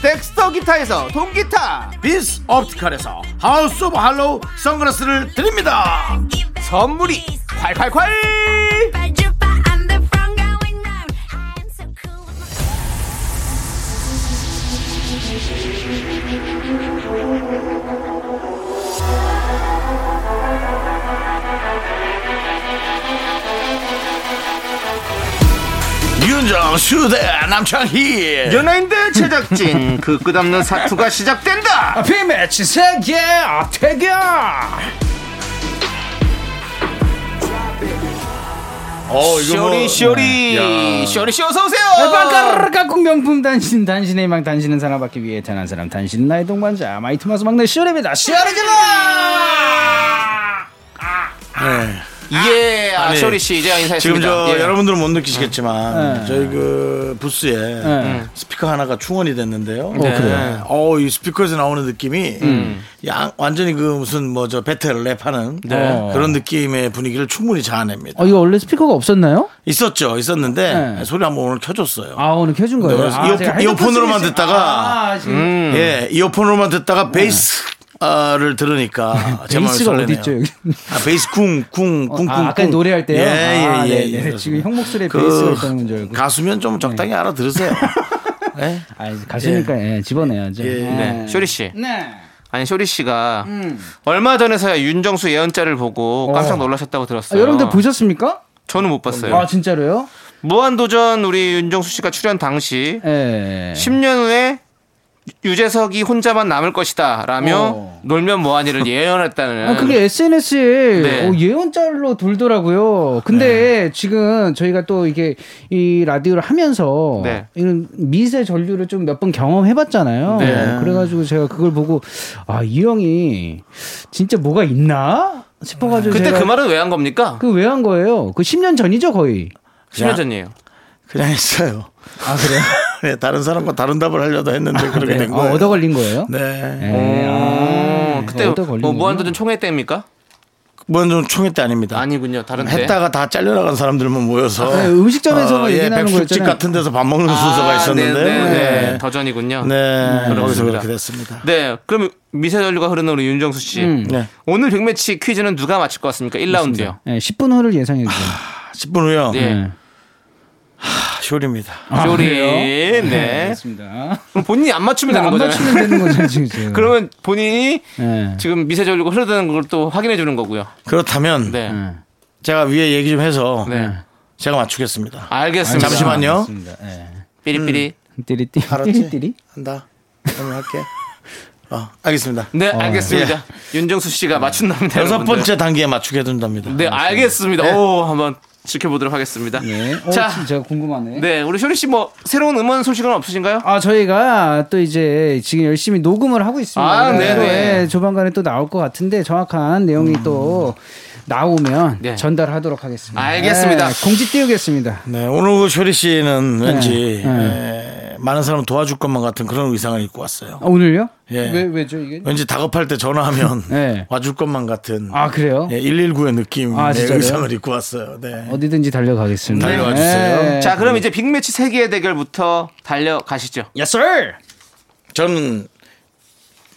B: 덱스터 기타에서 동기타
A: 빈스 옵티컬에서 하우스 오브 할로우 선글라스를 드립니다
B: 선물이 콸콸콸
D: I'm the front going round. I'm so cool.
A: 윤정수 대 남창희
B: 연예인들 네,
A: 음.
B: 제작진 그 끝없는 사투가 시작된다
E: 비매치 세계 대결.
A: 어,
B: 쇼리 쇼리 쇼리 씨 어서 오세요
E: 빵가르르깍꿍 명품 단신 단신의 망 단신은 사랑받기 위해 태어난 사람 단신은 나의 동반자 마이토마스 막내 시원입니다. 시원해지라.
B: 예 아,
A: 아니,
B: 쇼리 씨 이제
A: 지금
B: 인사했습니다
A: 저
B: 예.
A: 여러분들은 못 느끼시겠지만 저희 그 부스에
E: 네.
A: 스피커 하나가 충원이 됐는데요. 어,
E: 그래요? 음.
A: 이 스피커에서 나오는 느낌이 양- 완전히 그 무슨 뭐 저 배틀 랩하는
E: 네.
A: 그런 느낌의 분위기를 충분히 자아냅니다.
E: 어 이거 원래 스피커가 없었나요?
A: 있었죠, 있었는데
E: 네.
A: 소리 한번 오늘 켜줬어요.
E: 아 오늘 켜준 거예요.
A: 그래서
E: 아,
A: 이어폰-
E: 제가 핸드폰
A: 이어폰으로만
E: 쓰고 있어요.
A: 듣다가
E: 아, 지금 음.
A: 예, 이어폰으로만 듣다가 베이스. 를 들으니까 제 마음이
E: 베이스가 어디
A: 설레네요.
E: 있죠, 여기?
A: 아, 베이스 쿵쿵쿵쿵.
E: 아, 아까 노래할 때요? 아,
A: 예예예. 그
E: 네네. 지금 형 목소리에 베이스가 있다는 건줄 알고. 네.
A: 가수면 좀 적당히 알아 들으세요. 네?
E: 아, 이제 가수니까 예, 집어내야죠.
A: 예.
B: 네, 쇼리 씨
E: 네.
B: 아니 쇼리 씨가 얼마 전에서야 윤정수 예언자를 보고 깜짝 놀라셨다고
E: 어. 아,
B: 들었어요
E: 여러분들 보셨습니까?
B: 저는 못 봤어요
E: 아 진짜로요?
B: 무한도전 우리 윤정수 씨가 출연 당시
E: 예.
B: 10년 후에 유재석이 혼자만 남을 것이다 라며
E: 어.
B: 놀면 뭐하니를 예언했다는
E: 아, 그게 SNS에 어,
B: 네.
E: 예언짤로 돌더라고요. 근데 지금 저희가 또 이게 이 라디오를 하면서
B: 네.
E: 이런 미세 전류를 좀 몇 번 경험해봤잖아요.
A: 네.
E: 그래가지고 제가 그걸 보고 아, 이 형이 진짜 뭐가 있나? 싶어가지고
B: 그때
E: 제가
B: 그 말은 왜 한 겁니까?
E: 그 왜 한 거예요? 그 10년 전이죠, 거의.
B: 10년 전이에요
A: 그냥 했어요.
E: 아, 그래요?
A: 네, 다른 사람과 다른 답을 하려다 했는데 그렇게 된
E: 아,
A: 거예요.
E: 얻어 걸린 거예요?
A: 네.
E: 네,
B: 어,
E: 아,
B: 그때
E: 얻어 걸린
B: 뭐
E: 거군요.
B: 무한도전 총회 때입니까?
A: 먼저 총회 때 아닙니다.
B: 아니군요. 다른 때.
A: 했다가 다 잘려나간 사람들만 모여서
E: 네, 음식점에서
A: 예,
E: 얘기하는
A: 백숙집
E: 거였잖아요.
A: 같은 데서 밥 먹는
B: 아,
A: 순서가 있었는데
B: 네, 네, 네.
A: 네.
B: 더전이군요. 네.
A: 네, 거기서
B: 그렇습니다.
A: 그렇게 됐습니다.
B: 네, 그럼 미세 전류가 흐르는 우리 윤정수 씨.
A: 네.
B: 오늘 빅매치 퀴즈는 누가 맞힐 것 같습니까? 1라운드요.
E: 네, 10분 후를 예상해 주세요.
A: 10분 후요.
B: 예.
E: 네.
A: 아, 쇼리입니다.
B: 쇼리.
E: 그래요?
B: 네.
E: 알겠습니다.
B: 그럼 본인이 안 맞추면 되는
E: 안
B: 거잖아요.
E: 맞추면 되는 거죠, 지금.
B: 그러면 본인이
E: 예.
B: 지금 미세 전류가 흐르는 걸 또 확인해 주는 거고요.
A: 그렇다면
B: 네.
E: 예.
A: 제가 위에 얘기 좀 해서
B: 네.
A: 제가 맞추겠습니다.
B: 알겠습니다.
A: 잠시만요.
E: 알겠습니다. 예.
B: 삐리삐리.
E: 띠리띠리.
A: 알았지?
E: 띠리띠리.
A: 한다. 오늘 할게. 어, 알겠습니다.
B: 네, 알겠습니다. 윤정수 씨가 맞춘답니다.
A: 여섯
B: 네, 여러분들.
A: 번째 단계에 맞추게 된답니다.
B: 네, 알겠습니다. 오, 한번 지켜보도록 하겠습니다.
E: 예. 어,
B: 자,
E: 제가 궁금하네.
B: 네, 우리 쇼리 씨 뭐 새로운 음원 소식은 없으신가요?
E: 아 저희가 또 이제 지금 열심히 녹음을 하고 있습니다.
B: 아,
E: 그래서
B: 네네.
E: 예, 조만간에 또 나올 것 같은데 정확한 내용이 또 나오면
B: 음. 네.
E: 전달하도록 하겠습니다.
B: 알겠습니다.
E: 예, 공지 띄우겠습니다.
A: 네, 오늘 그 쇼리 씨는 왠지
E: 네,
A: 에, 많은 사람 도와줄 것만 같은 그런 의상을 입고 왔어요.
E: 아, 오늘요?
A: 예.
E: 왜 왜죠 이게?
A: 왠지 다급할 때 전화하면
E: 네.
A: 와줄 것만 같은
E: 아 그래요?
A: 예. 119의 네, 느낌의
E: 아, 진짜요?
A: 의상을 입고 왔어요. 네.
E: 어디든지 달려가겠습니다.
A: 달려와 주세요.
E: 예.
B: 자, 그럼 이제 빅매치 세계의 대결부터 달려가시죠.
A: Yes, sir. 저는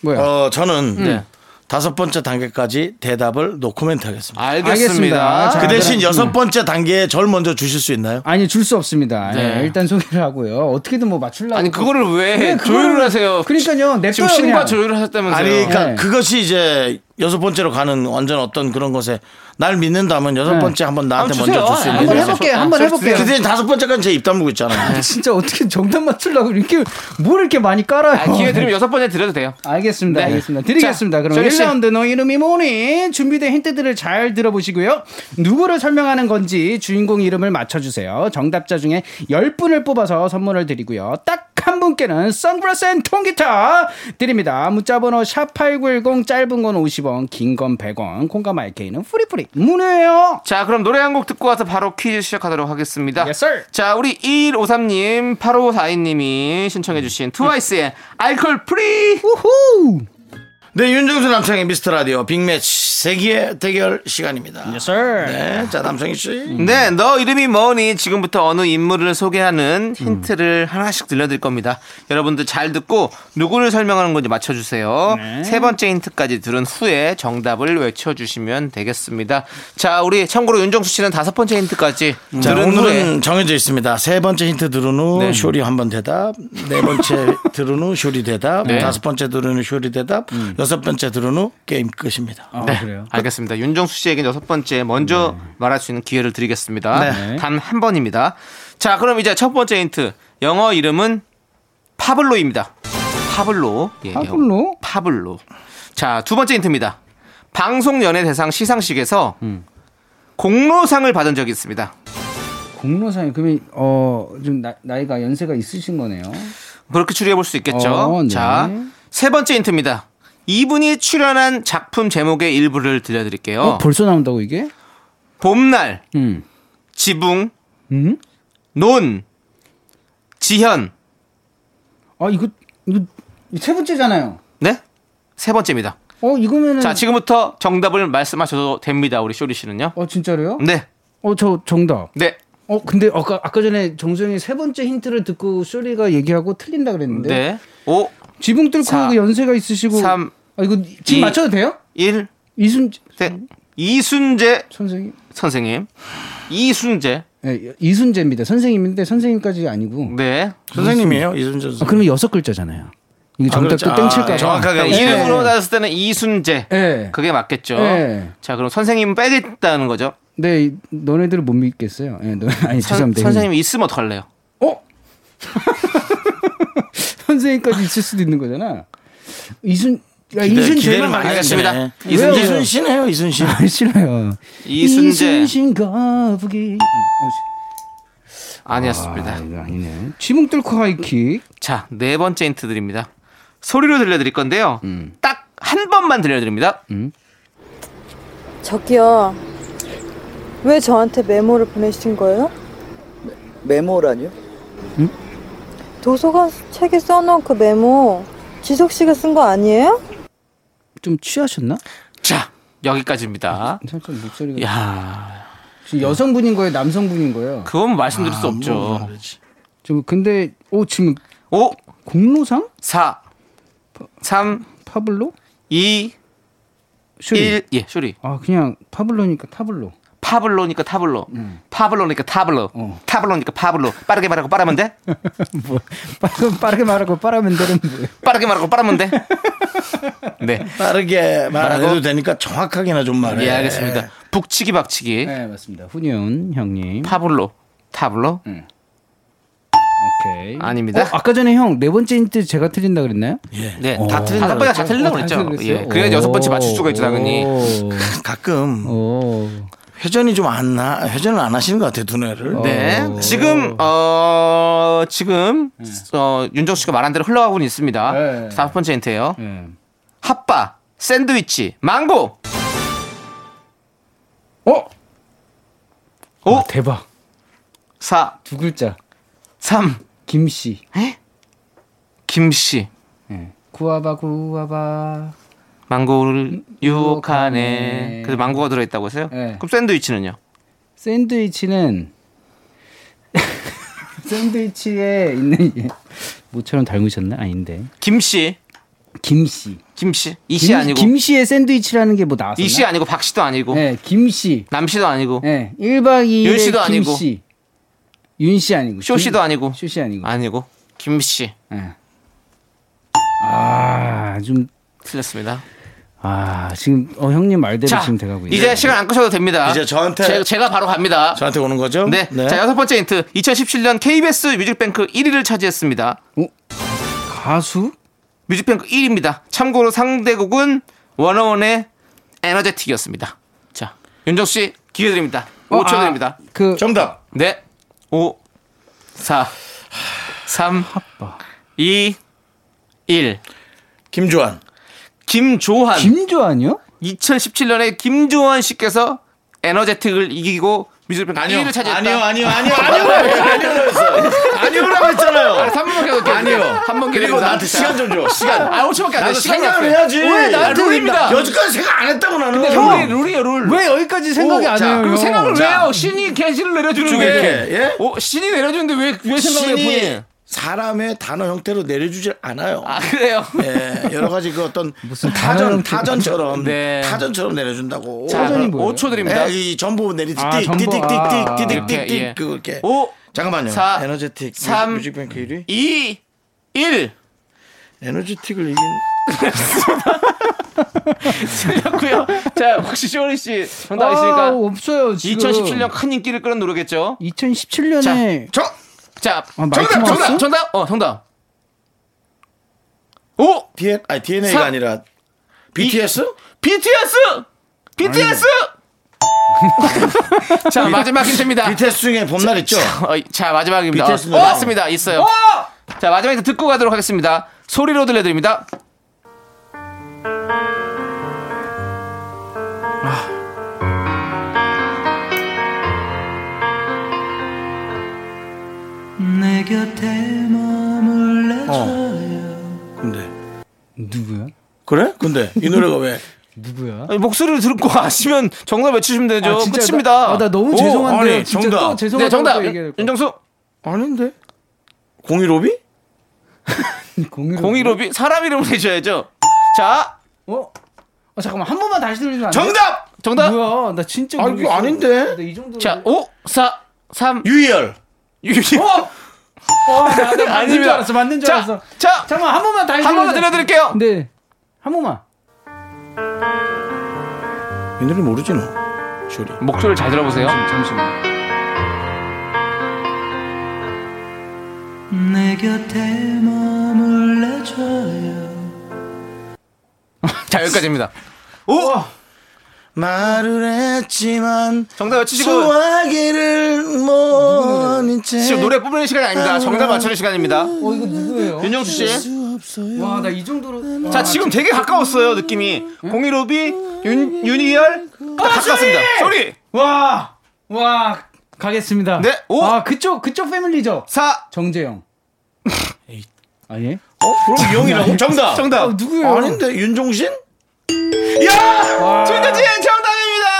E: 뭐야? 음.
A: 어 저는
B: 네.
A: 다섯 번째 단계까지 대답을 노코멘트 하겠습니다.
B: 알겠습니다.
E: 알겠습니다. 자,
A: 그 대신
E: 아, 그럼-
A: 여섯 번째 단계에 절 먼저 주실 수 있나요?
E: 아니 줄 수 없습니다.
B: 네.
E: 예, 일단 소개를 하고요. 어떻게든 뭐 맞추려고.
B: 아니 그거를 왜
E: 네, 그거를-
B: 조율을 하세요?
E: 그러니까요. 냅둬요,
B: 지금 신과
E: 그냥.
B: 조율을 하셨다면서요?
A: 아니, 그러니까
E: 네.
A: 그것이 이제 여섯 번째로 가는 완전 어떤 그런 것에 날 믿는다면 여섯
E: 네.
A: 번째 한번 나한테
B: 한번
A: 먼저
B: 주세요.
A: 줄 수 있는
E: 한번
A: 거죠.
E: 해볼게요.
B: 아,
E: 한번 해볼게요. 네.
A: 그 대신 다섯 번째까지 제입 다물고 있잖아요.
E: 진짜 어떻게 정답 맞추려고 이렇게 뭘 이렇게 많이 깔아요?
B: 아, 기회 드리면 여섯 번째 드려도 돼요.
E: 알겠습니다.
B: 네.
E: 알겠습니다. 드리겠습니다.
B: 자,
E: 그럼
B: 정희 씨.
E: 1라운드 너 이름이 뭐니? 준비된 힌트들을 잘 들어보시고요. 누구를 설명하는 건지 주인공 이름을 맞춰주세요. 정답자 중에 10분을 뽑아서 선물을 드리고요. 딱 한 분께는 선글라스 앤 통기타 드립니다. 문자번호 샵8910 짧은 건 50원, 긴 건 100원, 콩과 마이케이는 프리프리 무료예요.
B: 자, 그럼 노래 한 곡 듣고 와서 바로 퀴즈 시작하도록 하겠습니다.
E: Yes, sir.
B: 자, 우리 2153님, 8542님이 신청해주신 트와이스의 알콜 프리!
E: 우후!
A: 네, 윤정수 남창의 미스터 라디오 빅매치 세기의 대결 시간입니다. 네, 자 남창희 씨.
B: 네, 너 이름이 뭐니? 지금부터 어느 인물을 소개하는
A: 음.
B: 힌트를 하나씩 들려드릴 겁니다. 여러분들 잘 듣고 누구를 설명하는 건지 맞춰주세요.
A: 네.
B: 세 번째 힌트까지 들은 후에 정답을 외쳐주시면 되겠습니다. 자, 우리 참고로 윤정수 씨는 다섯 번째 힌트까지
A: 음. 자,
B: 들은 후에
A: 오늘은 정해져 있습니다. 세 번째 힌트 들은 후
B: 네.
A: 쇼리 한 번 대답, 네 번째 들은 후 쇼리 대답,
B: 네.
A: 다섯 번째 들은 후 쇼리 대답, 여섯 번째 들은 후 게임 끝입니다.
E: 네. 그래요.
B: 알겠습니다. 윤정수 씨에게 여섯 번째 먼저 말할 수 있는 기회를 드리겠습니다.
E: 네.
B: 단 한 번입니다. 자, 그럼 이제 첫 번째 힌트. 영어 이름은 파블로입니다. 파블로. 예,
E: 파블로?
B: 파블로. 자, 두 번째 힌트입니다. 방송 연예 대상 시상식에서
E: 음.
B: 공로상을 받은 적이 있습니다.
E: 공로상이 그러면 어좀 나이가 연세가 있으신 거네요.
B: 그렇게 추리해 볼 수 있겠죠.
E: 어, 네.
B: 자, 세 번째 힌트입니다. 이분이 출연한 작품 제목의 일부를 들려드릴게요.
E: 어 벌써 나온다고 이게?
B: 봄날,
E: 음.
B: 지붕, 논, 지현.
E: 아 이거 이거 세 번째잖아요.
B: 네? 세 번째입니다.
E: 어 이거면은
B: 자, 지금부터 정답을 말씀하셔도 됩니다. 우리 쇼리 씨는요.
E: 어 진짜로요?
B: 네.
E: 어 저 정답.
B: 네.
E: 어 근데 아까 아까 전에 정수영이 세 번째 힌트를 듣고 쇼리가 얘기하고 틀린다 그랬는데
B: 네. 오,
E: 지붕 뚫고
B: 사,
E: 그 연세가 있으시고
B: 삼,
E: 아 이거 지금
B: 이,
E: 맞춰도 돼요?
B: 일,
E: 이순
B: 셋. 이순재
E: 선생님.
B: 선생님. 이순재.
E: 네, 이순재입니다. 선생님인데 선생님까지 아니고.
B: 네.
A: 선생님이에요, 이순준
E: 아,
A: 선생님.
E: 그러면 여섯 글자잖아요. 이게
A: 아,
E: 정답
A: 그렇죠.
E: 또 땡칠까
A: 아,
E: 봐.
A: 정확하게
B: 그러니까
E: 예.
B: 이름으로 나왔을 때는 이순재.
E: 예.
B: 그게 맞겠죠.
E: 예.
B: 자, 그럼 선생님 빼겠다는 거죠.
E: 네, 이- 너네들을 못 믿겠어요. 예, 너,
B: 선,
E: 아니 죄송합니다.
B: 선생님 있으면 어떡할래요?
E: 어? 선생님까지 있을 수도 있는 거잖아. 이순 야 이순
A: 기대를
E: 제발
A: 많이
E: 많이
B: 알겠습니다.
A: 했네.
B: 이순재.
A: 왜요? 이순신이에요, 이순신.
E: 아, 싫어요.
B: 이순재.
E: 이순신 거북이. 어,
B: 아니었습니다.
E: 아, 이거 아니네. 지붕 뚫고 하이킥.
B: 자, 네 번째 힌트 드립니다. 소리로 들려드릴 건데요.
E: 음.
B: 딱 한 번만 들려드립니다.
F: 저기요. 왜 저한테 메모를 보내신 거예요?
G: 메모라니요?
F: 도서관 책에 써놓은 그 메모 지석 씨가 쓴 거 아니에요?
E: 좀 취하셨나?
B: 자, 여기까지입니다.
E: 살짝 목소리가.
B: 야
E: 지금 여성분인 거예요, 남성분인 거예요.
B: 그건 말씀드릴
E: 아,
B: 수
E: 뭐
B: 없죠.
E: 지금 근데 오 지금
B: 5,
E: 공로상
B: 4, 3,
E: 파블로?
B: 2,
E: 쇼리.
B: 1. 예, 쇼리.
E: 아 그냥 파블로니까 타블로.
B: 파블로니까 타블로. 파블로니까 타블로.
E: 음. 어.
B: 타블로니까 파블로. 빠르게 말하고 빠르면 돼?
E: 뭐 빠르게, 빠르게 말하고 빠르면 되는 거예요.
B: 빠르게 말하고 빠르면 돼? 네.
A: 빠르게 말 안
B: 말하고?
A: 해도 되니까 정확하게나 좀
E: 아,
A: 말해.
B: 예, 알겠습니다. 북치기 박치기.
E: 네 맞습니다. 훈윤 형님.
B: 파블로. 타블로.
E: 오케이.
B: 아닙니다.
E: 어, 아까 전에 형 네 번째 힌트 제가 틀린다 그랬나요?
B: 네,
E: 어.
B: 다 틀린 다섯 번째 다 틀린다고 그랬죠. 예, 그래야 여섯 번째 맞출 수가 있죠, 당연히.
A: 가끔
E: 오.
A: 회전이 좀 안 나, 회전을 안 하시는 것 같아요, 두뇌를.
B: 네. 지금 어 지금 어 윤정수 씨가 말한 대로 흘러가고는 있습니다.
E: 음. 네.
B: 다섯 번째 힌트예요.
E: 네.
B: 핫바, 샌드위치, 망고.
E: 어?
B: 오,
E: 아, 대박.
B: 4
E: 두 글자.
B: 3
E: 김씨.
B: 김씨.
E: 예. 구아바 구아바.
B: 망고를 유혹하네.
E: 유혹하네.
B: 그래서 망고가 들어 있다고 했어요?
E: 네.
B: 그럼 샌드위치는요?
E: 샌드위치는 샌드위치에 있는 예. 모처럼 닮으셨나? 아닌데.
B: 김씨.
E: 김씨.
B: 김씨. 이씨 아니고
E: 김씨의 샌드위치라는 게 뭐 나왔었나?
B: 이씨 아니고 박씨도 아니고
E: 예, 김씨.
B: 남씨도 아니고
E: 예. 1박 2일
B: 윤 씨도 아니고.
E: 김씨. 윤 씨 아니고.
B: 쇼씨도 아니고
E: 쇼씨 아니고.
B: 아니고 김씨.
E: 예. 아, 좀
B: 틀렸습니다.
E: 아, 지금 어 형님 말대로
B: 자,
E: 지금 돼 가고 있어요.
B: 이제 시간 안 끄셔도 됩니다.
A: 이제 저한테-
B: 제, 제가 바로 갑니다.
A: 저한테 오는 거죠?
B: 네. 자, 여섯 번째 힌트. 2017년 KBS 뮤직뱅크 1위를 차지했습니다.
E: 가수?
B: 뮤직뱅크 1위입니다. 참고로 상대곡은 원어원의 에너제틱이었습니다. 자, 윤정수 씨 기회 드립니다.
E: 어,
B: 5초
E: 아,
B: 드립니다.
E: 그
A: 정답.
B: 네. 5 4 3 2 1
A: 김조한.
B: 김조한
E: 김조아니요?
B: 2017년에 김조한 씨께서 에너제틱을 이기고 뮤직뱅크 1위를 차지했다.
A: 아니요, 아니요, 아니요. 아니요, 했어요. 아니요라고 했잖아요.
B: 3분밖에 안 돼.
A: 아니요.
B: 한번
A: 그리고 나한테 시간 좀 줘. 시간.
B: 아, 5초밖에 안 돼.
A: 나도
B: 시간이
A: 생각을
B: 없어요.
A: 해야지.
B: 왜 나한테
A: 아,
B: 룰입니다.
A: 여지까지 생각 안 했다고 나는.
B: 룰이 룰이에요, 룰.
E: 왜 여기까지 생각이
A: 오,
E: 안
A: 자,
E: 해요?
A: 그럼
E: 형?
B: 생각을
A: 자.
B: 왜 해요? 신이 계시를 내려주는데.
A: 이쪽에, 예?
B: 어, 신이 내려주는데 왜, 왜 생각을 해요,
A: 신이
B: 본인?
A: 사람의 단어 형태로 내려주질 않아요.
B: 아, 그래요?
A: 예, 여러 가지 그 어떤 타전 타전처럼
B: 네.
A: 타전처럼 내려준다고.
B: 자,
A: 예,
B: 그럼 5초 드립니다.
A: 이 전부 내리
E: 아, 전부. 아.
B: 이렇게, 예.
A: 띡띡띡띡띡띡띡 그렇게.
B: 오,
A: 잠깐만요.
B: 사,
A: 에너제틱
B: 삼,
A: 뮤직뱅크 1위.
B: 2, 1.
A: 에너제틱을 이긴
B: 틀렸고요 자, 혹시 쇼리 씨 정답
E: 아,
B: 아시니까
E: 없어요. 지금.
B: 2017년 큰 인기를 끌은 노래겠죠?
E: 2017년에
A: 저
B: 자,
E: 아, 마이크
B: 정답,
E: 나왔어?
B: 정답, 정답. 어, 정답. 오,
A: D N 아니 DNA가
B: 삼.
A: 아니라 BTS?
B: BTS! BTS! 자, 마지막 힌트입니다.
A: BTS 중에 봄날 있죠.
B: 어, 자 마지막입니다.
A: BTS
B: 어,
A: 노래.
B: 맞습니다. 있어요. 자 마지막에 듣고 가도록 하겠습니다. 소리로 들려드립니다.
H: 내 곁에 머물러
A: 근데
E: 누구야?
A: 그래? 근데 이 노래가 왜?
E: 누구야?
B: 아니, 목소리를 듣고 아시면 정답 외치시면 되죠.
E: 진짜
B: 어, 끝입니다.
E: 나, 아, 나 너무
A: 오,
E: 죄송한데
A: 아니,
E: 진짜
A: 정답.
E: 또 죄송하다고
B: 네 정답.
E: 또 얘기할 거야.
B: 윤정수
A: 아닌데. 015비?
E: 공일오비?
B: 음, 공일오비 사람 이름을 해줘야죠. 자
E: 어? 아, 잠깐만 한 번만 다시 들리면 안 돼?
A: 정답.
B: 정답.
E: 뭐야? 나 진짜
A: 아, 이거
E: 모르겠어.
A: 아닌데?
E: 나이 정도.
B: 자 5, 4, 3,
A: 유희열.
B: 6.
E: 어,
B: 아,
E: 나, 나 맞는 줄
B: 아닙니다.
E: 알았어. 맞는 줄
B: 자,
E: 알았어.
B: 자,
E: 잠깐만 한 번만 다시
B: 한 번 더
E: 들리면-
B: 들려드릴게요.
E: 네. 한 번만.
A: 이 노래 모르지 너. 쇼리.
B: 목소리를 잘 들어보세요.
E: 잠시만.
H: 내 곁에 머물러줘요
B: 자 여기까지입니다.
A: 말을 했지만
B: 정답 외치시고 음.
A: 수화기를 모른 채
B: 지금 노래 뽑는 시간이 아닙니다. 정답 맞추는 시간입니다.
E: 어 이거 누구예요?
B: 윤정수 씨.
A: 음.
E: 와 나 이 정도로.
B: 자 지금 되게 가까웠어요 느낌이 015비 윤 윤희열 딱 가깝습니다 소리
E: 와. 와. 가겠습니다.
B: 네, 오!
E: 아 그쪽 그쪽 패밀리죠.
B: 4
E: 정재영. 아 예?
A: 어? 그럼 이형이라고 정답
E: 아,
B: 정답
E: 누구예요?
A: 아닌데 윤종신?
B: 최대진 정답입니다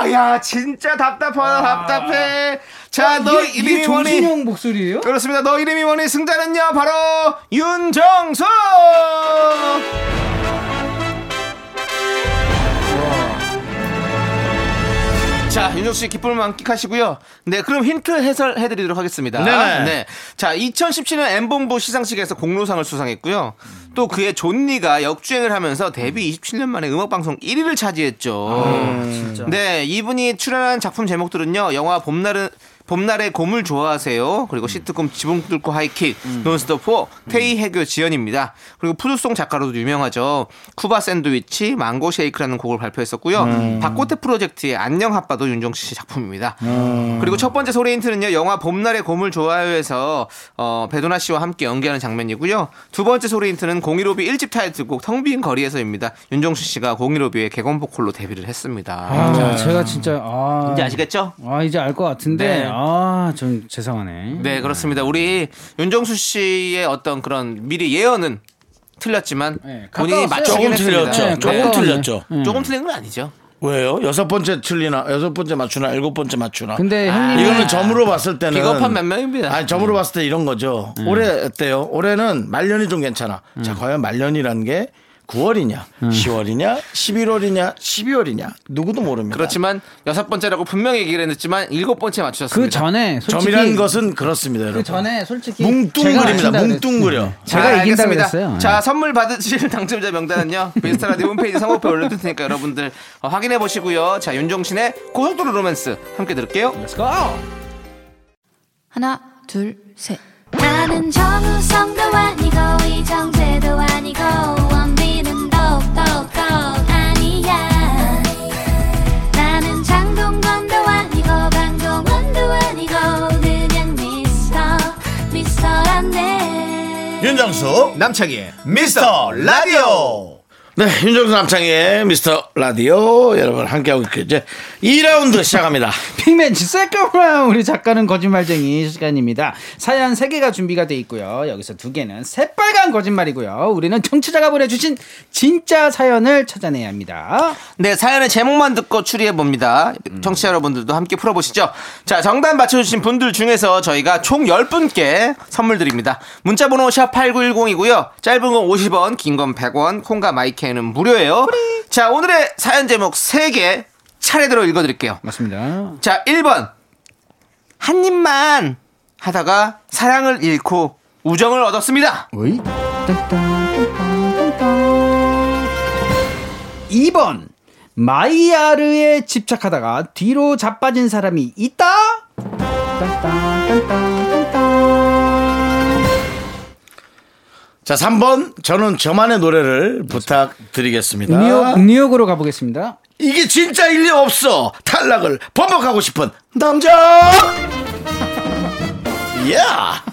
B: 아, 야 진짜 답답하다 답답해 자 너
E: 아. 이게
B: 이름이 뭐니
E: 정신형 목소리예요?
B: 그렇습니다 너 이름이 뭐니 승자는요 바로 윤정수 자, 윤정수 씨 기쁨을 만끽하시고요. 네, 그럼 힌트 해설해 드리도록 하겠습니다.
A: 네네.
B: 네. 자, 2017년 엠본부 시상식에서 공로상을 수상했고요. 또 그의 존니가 역주행을 하면서 데뷔 27년 만에 음악방송 1위를
E: 아,
B: 차지했죠. 네, 이분이 출연한 작품 제목들은요. 영화 봄날은 봄날의 고물 좋아하세요. 그리고 시트콤 지붕 뚫고 하이킥, 논스톱 4, 태희 해교 지연입니다. 그리고 푸드송 작가로도 유명하죠. 쿠바 샌드위치, 망고 쉐이크라는 곡을 발표했었고요. 박고태 프로젝트의 안녕 아빠도 윤종신 씨 작품입니다. 그리고 첫 번째 소리 힌트는요. 영화 봄날의 고물 좋아요에서 어, 배도나 씨와 함께 연기하는 장면이고요. 두 번째 소리 힌트는 015B 1집 타이틀곡 텅빈 거리에서입니다. 윤종신 씨가 015B의 개건 보컬로 데뷔를 했습니다.
E: 아, 제가 진짜 아,
B: 이제 아시겠죠?
E: 아 이제 알 것 같은데
B: 네.
E: 아 좀 죄송하네.
B: 네, 그렇습니다. 우리 윤정수 씨의 어떤 그런 미리 예언은 틀렸지만
E: 네,
B: 본인이
E: 가까웠어요. 음.
B: 맞추긴
A: 조금
B: 했습니다.
A: 틀렸죠. 조금
B: 네.
A: 틀렸죠.
B: 조금 틀린 건 아니죠.
A: 왜요? 여섯 번째 틀리나, 여섯 번째 맞추나, 일곱 번째 맞추나.
E: 근데
B: 아,
E: 형님
A: 이거는 점으로 봤을 때는
B: 비겁한 변명입니다.
A: 아니 점으로 봤을 때 이런 거죠. 올해 어때요? 올해는 말년이 좀 괜찮아. 자 과연 말년이라는 게 9월이냐, 10월이냐, 11월이냐, 12월이냐 누구도 모릅니다.
B: 그렇지만 여섯 번째라고 분명히 얘기를 했지만 일곱 번째 맞추셨습니다.
E: 그 전에 솔직히
A: 점이라는 것은 그렇습니다, 여러분.
E: 그 전에 솔직히 제가
A: 뭉뚱그립니다.
E: 아신다고
A: 뭉뚱그려.
E: 제가
B: 아,
E: 이긴다
B: 알겠습니다.
E: 그랬어요.
B: 자, 선물 받으실 당첨자 명단은요. 비스타 라디오 홈페이지 선곡표 올려둘 테니까 여러분들 어, 확인해 보시고요. 자, 윤종신의 고속도로 로맨스 함께 들을게요.
D: 하나, 둘, 셋. 나는 정우성도 아니고 이정재도 아니고 원빈은 더욱더 아니야 나는 장동건도 아니고 강동원도 아니고 그냥 미스터 미스터란데
A: 예, 윤정수 남창희의 미스터 라디오 네 윤정수 남창희의 미스터 라디오 여러분 함께하고 있고 이제 2라운드 시작합니다
E: 핑맨 지새끼라 우리 작가는 거짓말쟁이 시간입니다. 사연 3개가 준비가 돼 있고요. 여기서 2개는 새빨간 거짓말이고요. 우리는 청취자가 보내주신 진짜 사연을 찾아내야 합니다.
B: 네, 사연의 제목만 듣고 추리해 봅니다. 청취자 여러분들도 함께 풀어 보시죠. 자, 정답 맞춰 주신 분들 중에서 저희가 총 10분께 선물 드립니다. 문자 번호 샵 8910이고요. 짧은 건 50원, 긴 건 100원, 콩과 마이크는 무료예요. 자, 오늘의 사연 제목 3개 차례대로 읽어 드릴게요.
E: 맞습니다.
B: 자, 1번. 한 입만 하다가 사랑을 잃고 우정을 얻었습니다.
E: 2번 마이야르에 집착하다가 뒤로 자빠진 사람이 있다.
A: 자 3번 저는 저만의 노래를 부탁드리겠습니다
E: 뉴욕, 뉴욕으로 가보겠습니다.
A: 이게 진짜 일리 없어 탈락을 번복하고 싶은 남자 야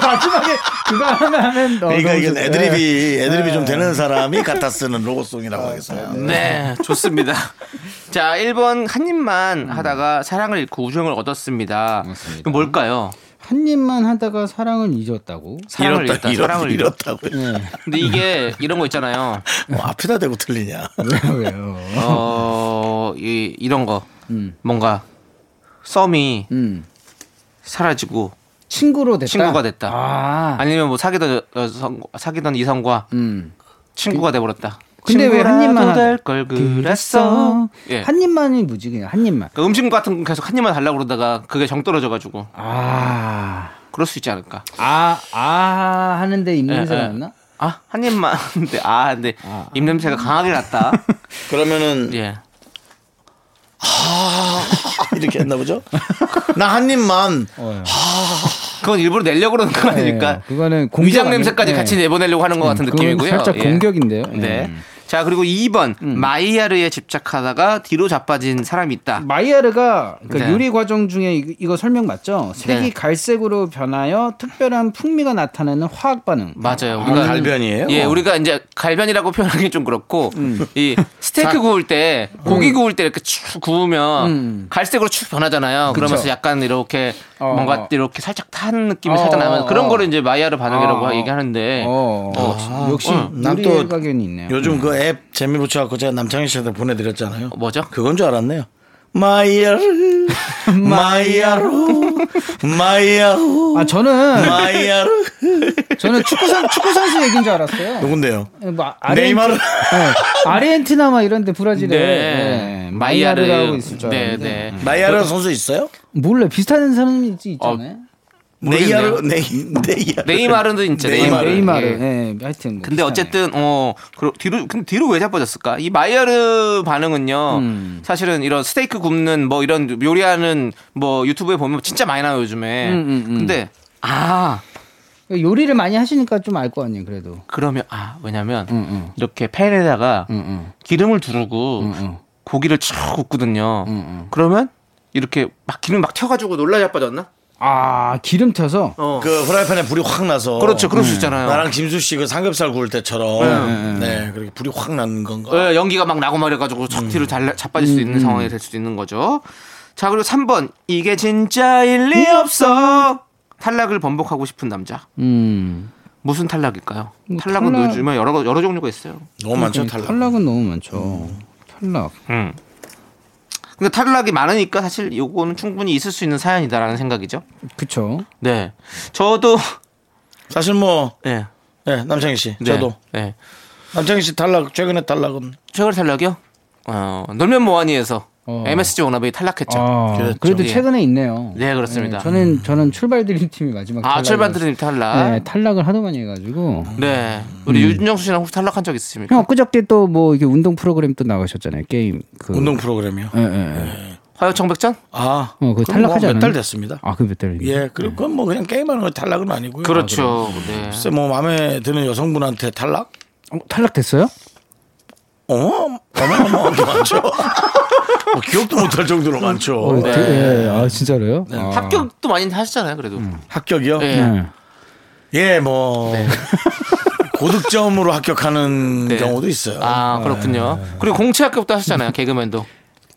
E: 마지막에 그거 하나 하면 어,
A: 그러니까
E: 너무
A: 이건
E: 좋-
A: 애드립이 애드립이 좀 되는 사람이 갖다 쓰는 로고송이라고 하겠습니다
B: 네, 좋습니다. 자, 1번 한 입만 하다가 사랑을 잃고 우정을 얻었습니다. 이거 뭘까요?
E: 한 입만 하다가 사랑을 잊었다고.
B: 사랑을
A: 이렇다
B: 잃다, 사랑을 잃다.
A: 이렇다고
B: 근데 이게 이런 거 있잖아요.
A: 뭐 앞에다 대고 틀리냐
E: 왜요?
B: 어, 이, 이런 거. 뭔가 썸이
E: 음.
B: 사라지고
E: 친구로 됐다.
B: 친구가 됐다.
E: 아.
B: 아니면 뭐 사귀던 여성, 사귀던 이성과
E: 음.
B: 친구가 돼버렸다.
E: 근데 왜 한 입만
B: 될걸 그랬어. 예.
E: 한 입만이 무지 그냥 한 입만.
B: 그러니까 음식 같은 거 계속 한 입만 달라고 그러다가 그게 정 떨어져가지고
E: 아.
B: 그럴 수 있지 않을까.
E: 아, 아 하는데
B: 예,
E: 입냄새
B: 예.
E: 났나?
B: 아, 한 입만. 근데 아, 근데 입냄새가 강하게 났다.
A: 그러면은
B: 예.
A: 아, 이렇게 했나 보죠? 나 한 입만
B: 그건 일부러 내려고 그러는 거 아니니까.
E: 어, 예, 그거는 공격
B: 위장
E: 아니에요?
B: 냄새까지
E: 예.
B: 같이 내보내려고 하는 것 같은
E: 음, 그건
B: 느낌이고요.
E: 살짝 음.
B: 예.
E: 공격인데요. 예.
B: 네. 자, 그리고 2번. 마이야르에 집착하다가 뒤로 자빠진 사람이 있다.
E: 음. 마이야르가 그러니까
B: 네.
E: 요리 과정 중에 이- 이거 설명 맞죠? 색이
B: 네.
E: 갈색으로 변하여 특별한 풍미가 나타나는 화학 반응.
B: 맞아요. 우리가
A: 갈변이에요?
B: 예,
E: 어.
B: 우리가 이제 갈변이라고 표현하기 좀 그렇고
E: 음.
B: 이 스테이크 구울 때 고기 구울 때 이렇게 축 구우면 갈색으로 축 변하잖아요. 그러면서 약간 이렇게
E: 음. 어,
B: 뭔가
E: 어.
B: 이렇게 살짝 탄 느낌이
E: 어,
B: 살짝
E: 어,
B: 나면 그런
E: 어.
B: 거를 이제 마이야르 반응이라고 얘기하는데
E: 어, 역시
A: 난
E: 요리
A: 또
E: 가견이 있네요.
A: 요즘 그 앱 재미 붙여갖고 제가 남창희 씨한테 보내드렸잖아요.
B: 뭐죠?
A: 그건 줄 알았네요. 마이야르, 마이야루, 마이야루,
E: 아 저는
A: 마이야루.
E: 저는 축구 선 축구 선수 얘기인 줄 알았어요.
A: 누군데요?
E: 뭐 아- 아르헨티-
A: 네이마르.
E: 네. 아르헨티나 막 이런데 브라질에 네. 마이야르라고 있을 줄
B: 네,
E: 알았는데
B: 네.
A: 마이야루 선수 있어요?
E: 몰라 비슷한 사람이 있- 있잖아요.
A: 네이마르 네이 네이마르
B: 네이마르도 진짜 네이마르.
E: 네이마르.
B: 예.
E: 예. 하여튼 뭐
B: 근데
E: 비슷하네.
B: 어쨌든 어 그러, 뒤로 근데 뒤로 왜 자빠졌을까? 이 마이야르 반응은요.
E: 음.
B: 사실은 이런 스테이크 굽는 뭐 이런 요리하는 뭐 유튜브에 보면 진짜 많이 나와요 요즘에.
E: 음,
B: 근데 아
E: 그러니까 요리를 많이 하시니까 좀 알 거 아니에요. 그래도.
B: 그러면 아 왜냐면
E: 음,
B: 이렇게 팬에다가 기름을 두르고
E: 음,
B: 고기를 쭉 굽거든요. 그러면 이렇게 막 기름 막 튀어가지고 놀라 자빠졌나?
E: 아 기름 튀어서
B: 어.
A: 그 후라이팬에 불이 확 나서
B: 그렇죠,
E: 음.
B: 그럴 수 있잖아요.
A: 나랑 김수 씨 그 삼겹살 구울 때처럼 네 그렇게 불이 확 나는 건가?
E: 어,
B: 예, 연기가 막 나고 말해가지고 척
E: 음.
B: 뒤로 잘 자빠질 수 있는 상황이 될 수도 있는 거죠. 자 그리고 3번 이게 진짜 일리
E: 음.
B: 없어 탈락을 번복하고 싶은 남자. 무슨 탈락일까요? 탈락은
E: 뭐 탈락-
B: 요즘에 여러 여러 종류가 있어요.
A: 너무 많죠
E: 그러니까 탈락.
A: 탈락.
E: 은 너무 많죠. 탈락.
B: 음. 근데 탈락이 많으니까 사실 요거는 충분히 있을 수 있는 사연이다라는 생각이죠.
E: 그쵸.
B: 네, 저도
A: 사실 뭐
B: 예,
A: 네, 남창희 씨
B: 네,
A: 저도
B: 예,
A: 남창희 씨 탈락 최근에 탈락은
B: 최근 탈락이요? 어, 놀면 뭐하니에서
E: 어.
B: MSG 워너비 탈락했죠.
E: 아,
A: 그랬죠.
E: 그래도
B: 예.
E: 최근에 있네요.
B: 네, 그렇습니다.
E: 예, 저는 저는 출발 드림 팀이 마지막.
B: 아,
E: 탈락을-
B: 출발 드림 탈락.
E: 네, 탈락을 하도 많이 해가지고.
B: 네.
E: 음.
B: 우리 윤정수 씨는 혹시 탈락한 적 있으십니까?
E: 형 엊그저께 또 뭐 이게 운동 프로그램 또 나가셨잖아요. 게임 그.
A: 운동 프로그램이요.
E: 예, 예, 예.
B: 화요청백전?
A: 아
E: 어, 그거
A: 그럼
E: 탈락하지
A: 뭐몇달
E: 않았나요?
A: 됐습니다.
E: 아, 그몇 달.
A: 예 그리고 그건 뭐 그냥 게임하는 거 탈락은 아니고요.
B: 그렇죠. 네.
A: 글쎄 뭐 마음에 드는 여성분한테 탈락?
E: 어, 탈락됐어요?
A: 어 어마어마하게 많죠. 뭐 기억도 못할 정도로
E: 어,
A: 많죠.
E: 되- 예, 아 진짜로요? 아. 음.
B: 합격도 많이 하시잖아요, 그래도.
A: 합격이요?
B: 예.
E: 예.
A: 예, 뭐 고득점으로 합격하는
B: 네.
A: 경우도 있어요.
B: 아, 그렇군요.
E: 네.
B: 그리고 공채 합격도 하셨잖아요, 개그맨도.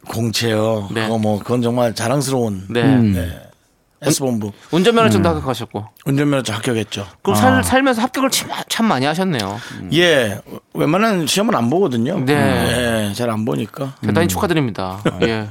A: 공채요.
B: 네.
A: 그거 뭐 그건 정말 자랑스러운
B: 네.
E: 음.
A: S 본부
B: 운전면허증도 합격하셨고.
A: 운전면허증 합격했죠.
B: 그럼
E: 아.
B: 살, 살면서 합격을 참, 참 많이 하셨네요.
A: 예, 웬만한 시험은 안 보거든요.
B: 음.
A: 예,
B: 네.
A: 잘 안 보니까.
E: 음.
B: 대단히 축하드립니다.
E: 네.
B: 예.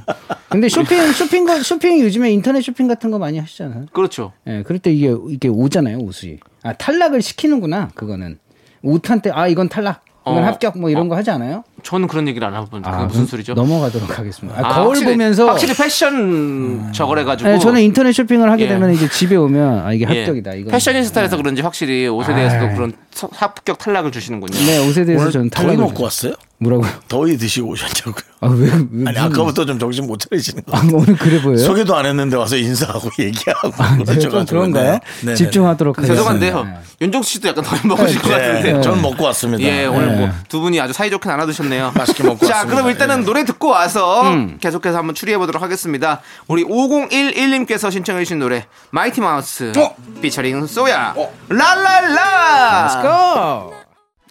E: 근데 쇼핑 쇼핑 거- 쇼핑 요즘에 인터넷 쇼핑 같은 거 많이 하시잖아요.
B: 그렇죠.
E: 예, 그럴 때 이게 이게 오잖아요 옷이. 아 탈락을 시키는구나 그거는 옷한테 아 이건 탈락, 이건
B: 어.
E: 합격 뭐 이런 거 하지 않아요?
B: 저는 그런 얘기를 안 해봤는데,
E: 아,
B: 그게 무슨
E: 그럼
B: 소리죠?
E: 넘어가도록 하겠습니다. 아,
B: 아,
E: 거울
B: 확실히-
E: 보면서
B: 확실히 패션 저걸 해가지고.
E: 예, 저는 인터넷 쇼핑을 하게
B: 예.
E: 되면 이제 집에 오면 아 이게
B: 예.
E: 합격이다 네. 이거.
B: 패셔니스타에서 그런지 확실히 옷에 대해서도
E: 아.
B: 그런 서- 합격 탈락을 주시는군요.
E: 네 옷에 대해서
A: 오늘
E: 저는
A: 더위
E: 탈락을
A: 먹고
E: 좀-
A: 왔어요?
E: 뭐라고요?
A: 더위 드시고 오셨냐고요?
E: 아왜 왜, 무슨-
A: 아니 아까부터 좀 정신 못 차리시는 거.
E: 음. 아, 오늘 그래 보여요?
A: 소개도 안 했는데 와서 인사하고 얘기하고 네.
E: 제가 좀 그런가요? 집중하도록 하겠습니다.
B: 아, 죄송한데요. 윤종수 씨도 약간 덜 먹으실 것 같은데.
A: 네, 저는 먹고 왔습니다. 네.
B: 예, 오늘 뭐 두 분이 아주 사이좋게 나눠드셨네요.
A: 맛있게 먹고
B: 자,
A: 왔습니다. 네.
B: 그럼 일단은 노래 듣고
E: 어?
B: 와서 계속해서 한번 추리해보도록 하겠습니다. 우리 5011님께서 신청해주신 노래, 마이티 마우스,
A: 어?
B: 피처링 소야, 랄랄라!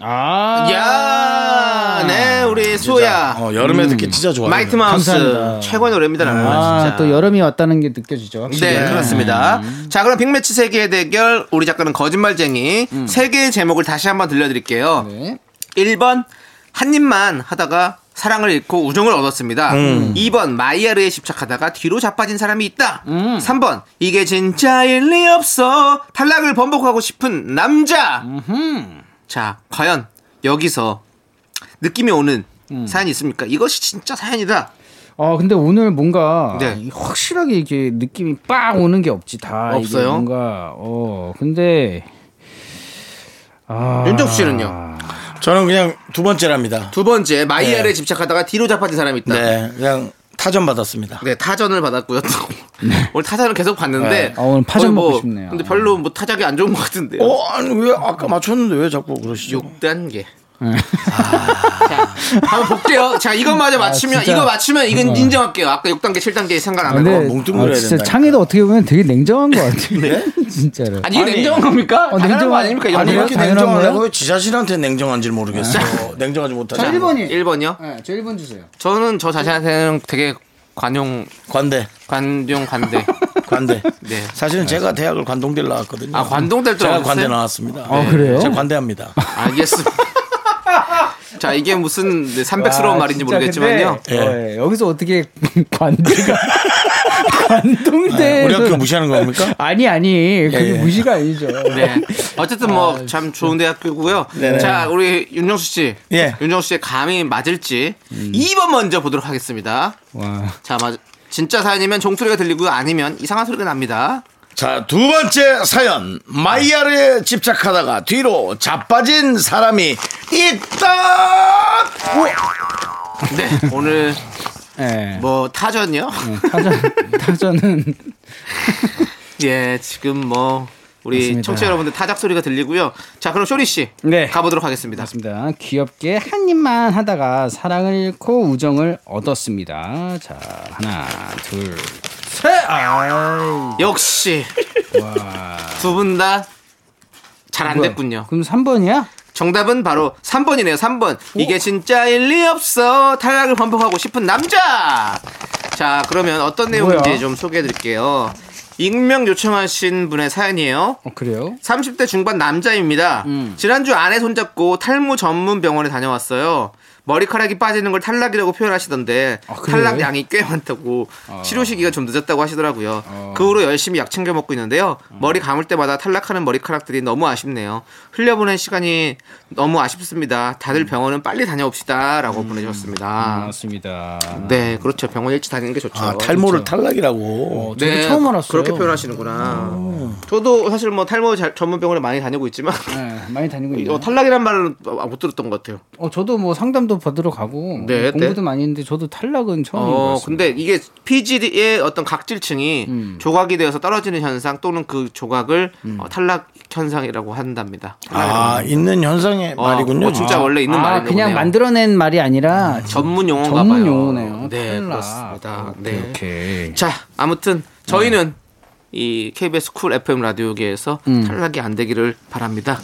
E: 아
B: 야, 네, 우리 소야.
A: 어, 여름에 듣기 진짜 좋아요.
B: 음. 마이트 마우스
E: 감사합니다.
B: 최고의 노래입니다. 아, 진짜.
E: 아, 또 여름이 왔다는 게 느껴지죠. 확실히.
B: 네, 그렇습니다.
A: 음.
B: 자, 그럼 빅매치 세계의 대결, 우리 작가는 거짓말쟁이, 세 개의 제목을 다시 한번 들려드릴게요.
E: 네.
B: 1번, 한 입만 하다가 사랑을 잃고 우정을 얻었습니다. 2번, 마이야르에 집착하다가 뒤로 자빠진 사람이 있다. 3번, 이게 진짜 일리 없어. 탈락을 번복하고 싶은 남자. 자, 과연 여기서 느낌이 오는 사연이 있습니까? 이것이 진짜 사연이다.
E: 아 근데 오늘 뭔가
B: 네.
E: 확실하게 이게 느낌이 빵 오는 게 없지 다 이게
B: 없어요?
E: 뭔가 어 근데 아
B: 윤정수 씨는요?
A: 저는 그냥 두 번째랍니다.
B: 두 번째 마이야르에
A: 네.
B: 집착하다가 뒤로 자빠진 사람이 있다. 네.
A: 네, 그냥 타전 받았습니다.
B: 타전을 받았고요. 또. 오늘 타전을 계속 봤는데
A: 네.
E: 네. 아, 오늘
B: 거의
E: 파전 먹고 싶네요.
B: 근데 별로 뭐 타작이 안 좋은 것
E: 네.
B: 같은데요.
A: 어, 아니 왜 아까 맞췄는데 왜 자꾸 그러시죠?
B: 6단계.
E: 네.
B: 아. 자, 한번 볼게요. 자, 이것마저 맞추면
E: 아, 진짜.
B: 이거 맞추면 이건 인정할게요. 아까 6단계, 7단계 생각 안
E: 근데
B: 하고.
A: 뭉뚱그려야
E: 아, 진짜
A: 된다니까.
E: 창의도 어떻게 보면 되게 냉정한 것 같아요.
B: 네?
E: 진짜로.
B: 아니, 이게 냉정한 겁니까?
E: 어,
B: 당연한 거
E: 냉정한-
B: 아닙니까? 이거
A: 아니
E: 아니에요?
A: 이렇게
E: 당연한
A: 냉정하려고
E: 거예요?
A: 왜 지자신한테 냉정한지 모르겠어. 냉정하지 못하죠.
E: 네. 자, 1번이.
B: 1번이요?
E: 네, 저 1번 주세요.
B: 저는 저 자신한테는 되게 관용
A: 관대,
B: 관용 관대.
A: 관대.
B: 네.
A: 사실은 제가 대학을 관동대를 나왔거든요.
B: 아, 관동대를
A: 제가
B: 나왔어요?
A: 관대 나왔습니다. 네.
E: 아, 그래요?
A: 제가 관대합니다.
B: 알겠습니다. 자, 이게 무슨 네, 삼백스러운 말인지
E: 진짜
B: 모르겠지만요. 네.
E: 근데, 어, 예, 여기서 어떻게 관대가 관동대
A: 네,
B: 아,
A: 우리 학교 무시하는 겁니까?
E: 아니 아니 그게
A: 예, 예.
E: 무시가 아니죠.
B: 네. 어쨌든 뭐 참 좋은 대학교고요.
A: 네네.
B: 자, 우리 윤정수 씨.
A: 예.
B: 윤정수 씨의 감이 맞을지
E: 음.
B: 2번 먼저 보도록 하겠습니다.
E: 와.
B: 자, 맞 진짜 사연이면 종소리가 들리고요. 아니면 이상한 소리가 납니다.
A: 자, 두 번째 사연. 마이야르에 집착하다가 뒤로 자빠진 사람이 있다!
B: 네, 오늘
E: 예. 어,
B: 뭐 타전요?
E: 음. 타전, 타전은
B: 예, 지금 뭐 우리
E: 맞습니다.
B: 청취자 여러분들 타작 소리가 들리고요. 자, 그럼 쇼리 씨
E: 네.
B: 가보도록 하겠습니다.
E: 맞습니다. 귀엽게 한 입만 하다가 사랑을 잃고 우정을 얻었습니다. 자, 하나, 둘, 셋. 아,
B: 역시 두 분 다 잘 안 됐군요.
E: 네. 그럼 3번이야?
B: 정답은 바로 3번이네요. 3번. 이게 진짜 일리 없어. 탈락을 반복하고 싶은 남자. 자, 그러면 어떤 내용인지
E: 뭐야?
B: 좀 소개해 드릴게요. 익명 요청하신 분의 사연이에요.
E: 어, 그래요?
B: 30대 중반 남자입니다.
E: 음.
B: 지난주 아내 손잡고 탈모 전문 병원에 다녀왔어요. 머리카락이 빠지는 걸 탈락이라고 표현하시던데
E: 아, 그래요? 아.
B: 탈락 양이 꽤 많다고 치료 시기가 좀 늦었다고 하시더라고요. 그 후로 열심히 약 챙겨 먹고 있는데요. 머리 감을 때마다 탈락하는 머리카락들이 너무 아쉽네요. 흘려보낸 시간이 너무 아쉽습니다.
E: 음.
B: 다들 병원은 빨리 다녀옵시다라고 보내주셨습니다.
E: 맞습니다.
B: 네, 그렇죠. 병원 일찍 다니는 게 좋죠.
A: 아, 탈모를 탈락이라고.
E: 저도 처음 알았어요.
B: 네,
E: 어.
B: 그렇게 표현하시는구나. 저도 사실 뭐 탈모 잘- 전문 병원에 많이 다니고 있지만
E: 네, 많이 다니고
B: 어,
E: 있네요.
B: 탈락이란 말은 못 들었던 것 같아요.
E: 어, 저도 뭐 상담도 받으러 가고
B: 네,
E: 공부도
B: 네.
E: 많이 했는데 저도 탈락은 처음인 것
B: 어,
E: 같습니다. 음.
B: 근데 이게 PGD의 어떤 각질층이 조각이 되어서 떨어지는 현상 또는 그 조각을 어, 탈락 현상이라고 한답니다.
A: 아, 있는 현상의
B: 어,
A: 말이군요.
B: 어, 진짜 원래 있는
E: 그 아,
B: 말이네요.
E: 그냥 만들어낸 말이 아니라
B: 전문 용어인가
E: 전문
B: 봐요.
E: 용어네요.
B: 네,
E: 탈락.
B: 그렇습니다. 네.
E: 오케이. 네.
B: 자, 아무튼 저희는 이 KBS 쿨 FM 라디오계에서
E: 음.
B: 탈락이 안 되기를 바랍니다.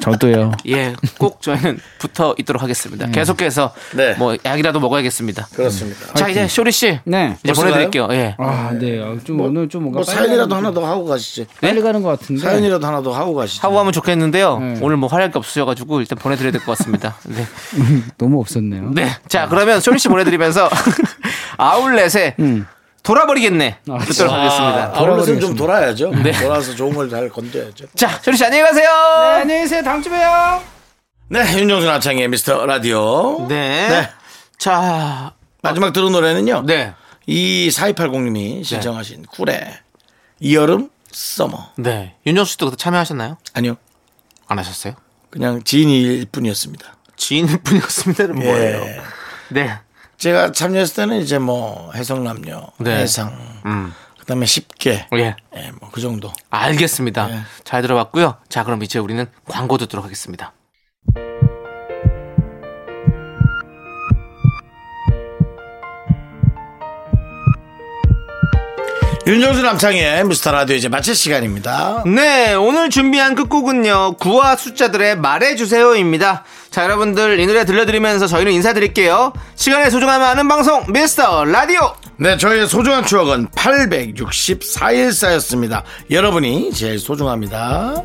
E: 저도요.
B: 예, 꼭 저희는 붙어 있도록
E: 음.
B: 하겠습니다. 계속해서
A: 네.
B: 뭐 약이라도 먹어야겠습니다.
A: 음. 그렇습니다.
B: 자, 이제 쇼리 씨
E: 네.
B: 이제 보내드릴게요. 예.
E: 아, 네. 아, 좀 오늘 좀 뭔가
A: 뭐
E: 빨리
A: 사연이라도
E: 가는 네.
A: 하나 더 하고 가시지.
E: 빨리 가는 것 같은데.
A: 사연이라도 하나 더 하고 가시지.
B: 하고하면 좋겠는데요.
E: 네.
B: 오늘 뭐 활약이 없으셔가지고 일단 보내드려야 될 것 같습니다. 네.
E: 너무 없었네요.
B: 네. 자, 그러면 쇼리 씨 보내드리면서 아울렛에 돌아버리겠네.
E: 음. 아,
B: 듣도록 하겠습니다.
A: 아울렛은 좀 돌아야죠.
B: 네.
A: 돌아서 좋은 걸 잘 건져야죠.
B: 자, 쇼리 씨 안녕히 가세요.
E: 네, 안녕히 계세요. 다음 주에 봬요.
A: 네, 윤정수 남창의 미스터 라디오.
B: 네.
A: 네.
B: 자,
A: 마지막 들은 노래는요.
B: 네.
A: 이 4280님이 신청하신 쿨의 이여름 서머.
B: 네. 윤정수 씨도 그때 참여하셨나요?
A: 아니요.
B: 안 하셨어요?
A: 그냥 지인일 뿐이었습니다.
B: 지인분이었습니다. 뭐예요?
A: 예.
B: 네.
A: 제가 참여했을 때는 이제 뭐 해성남녀,
B: 네.
A: 해상,
B: 음.
A: 그다음에 쉽게
B: 예.
A: 예, 뭐 그 정도.
B: 알겠습니다. 잘 들어봤고요. 자, 그럼 이제 우리는 광고 듣도록 하겠습니다.
A: 윤정수 남창의 미스터 라디오 이제 마칠 시간입니다.
B: 네, 오늘 준비한 끝곡은요. 구와 숫자들의 말해주세요입니다. 자, 여러분들 이 노래 들려드리면서 저희는 인사드릴게요. 시간의 소중함을 아는 방송 미스터 라디오.
A: 네, 저희의 소중한 추억은 864일 쌓였습니다. 여러분이 제일 소중합니다.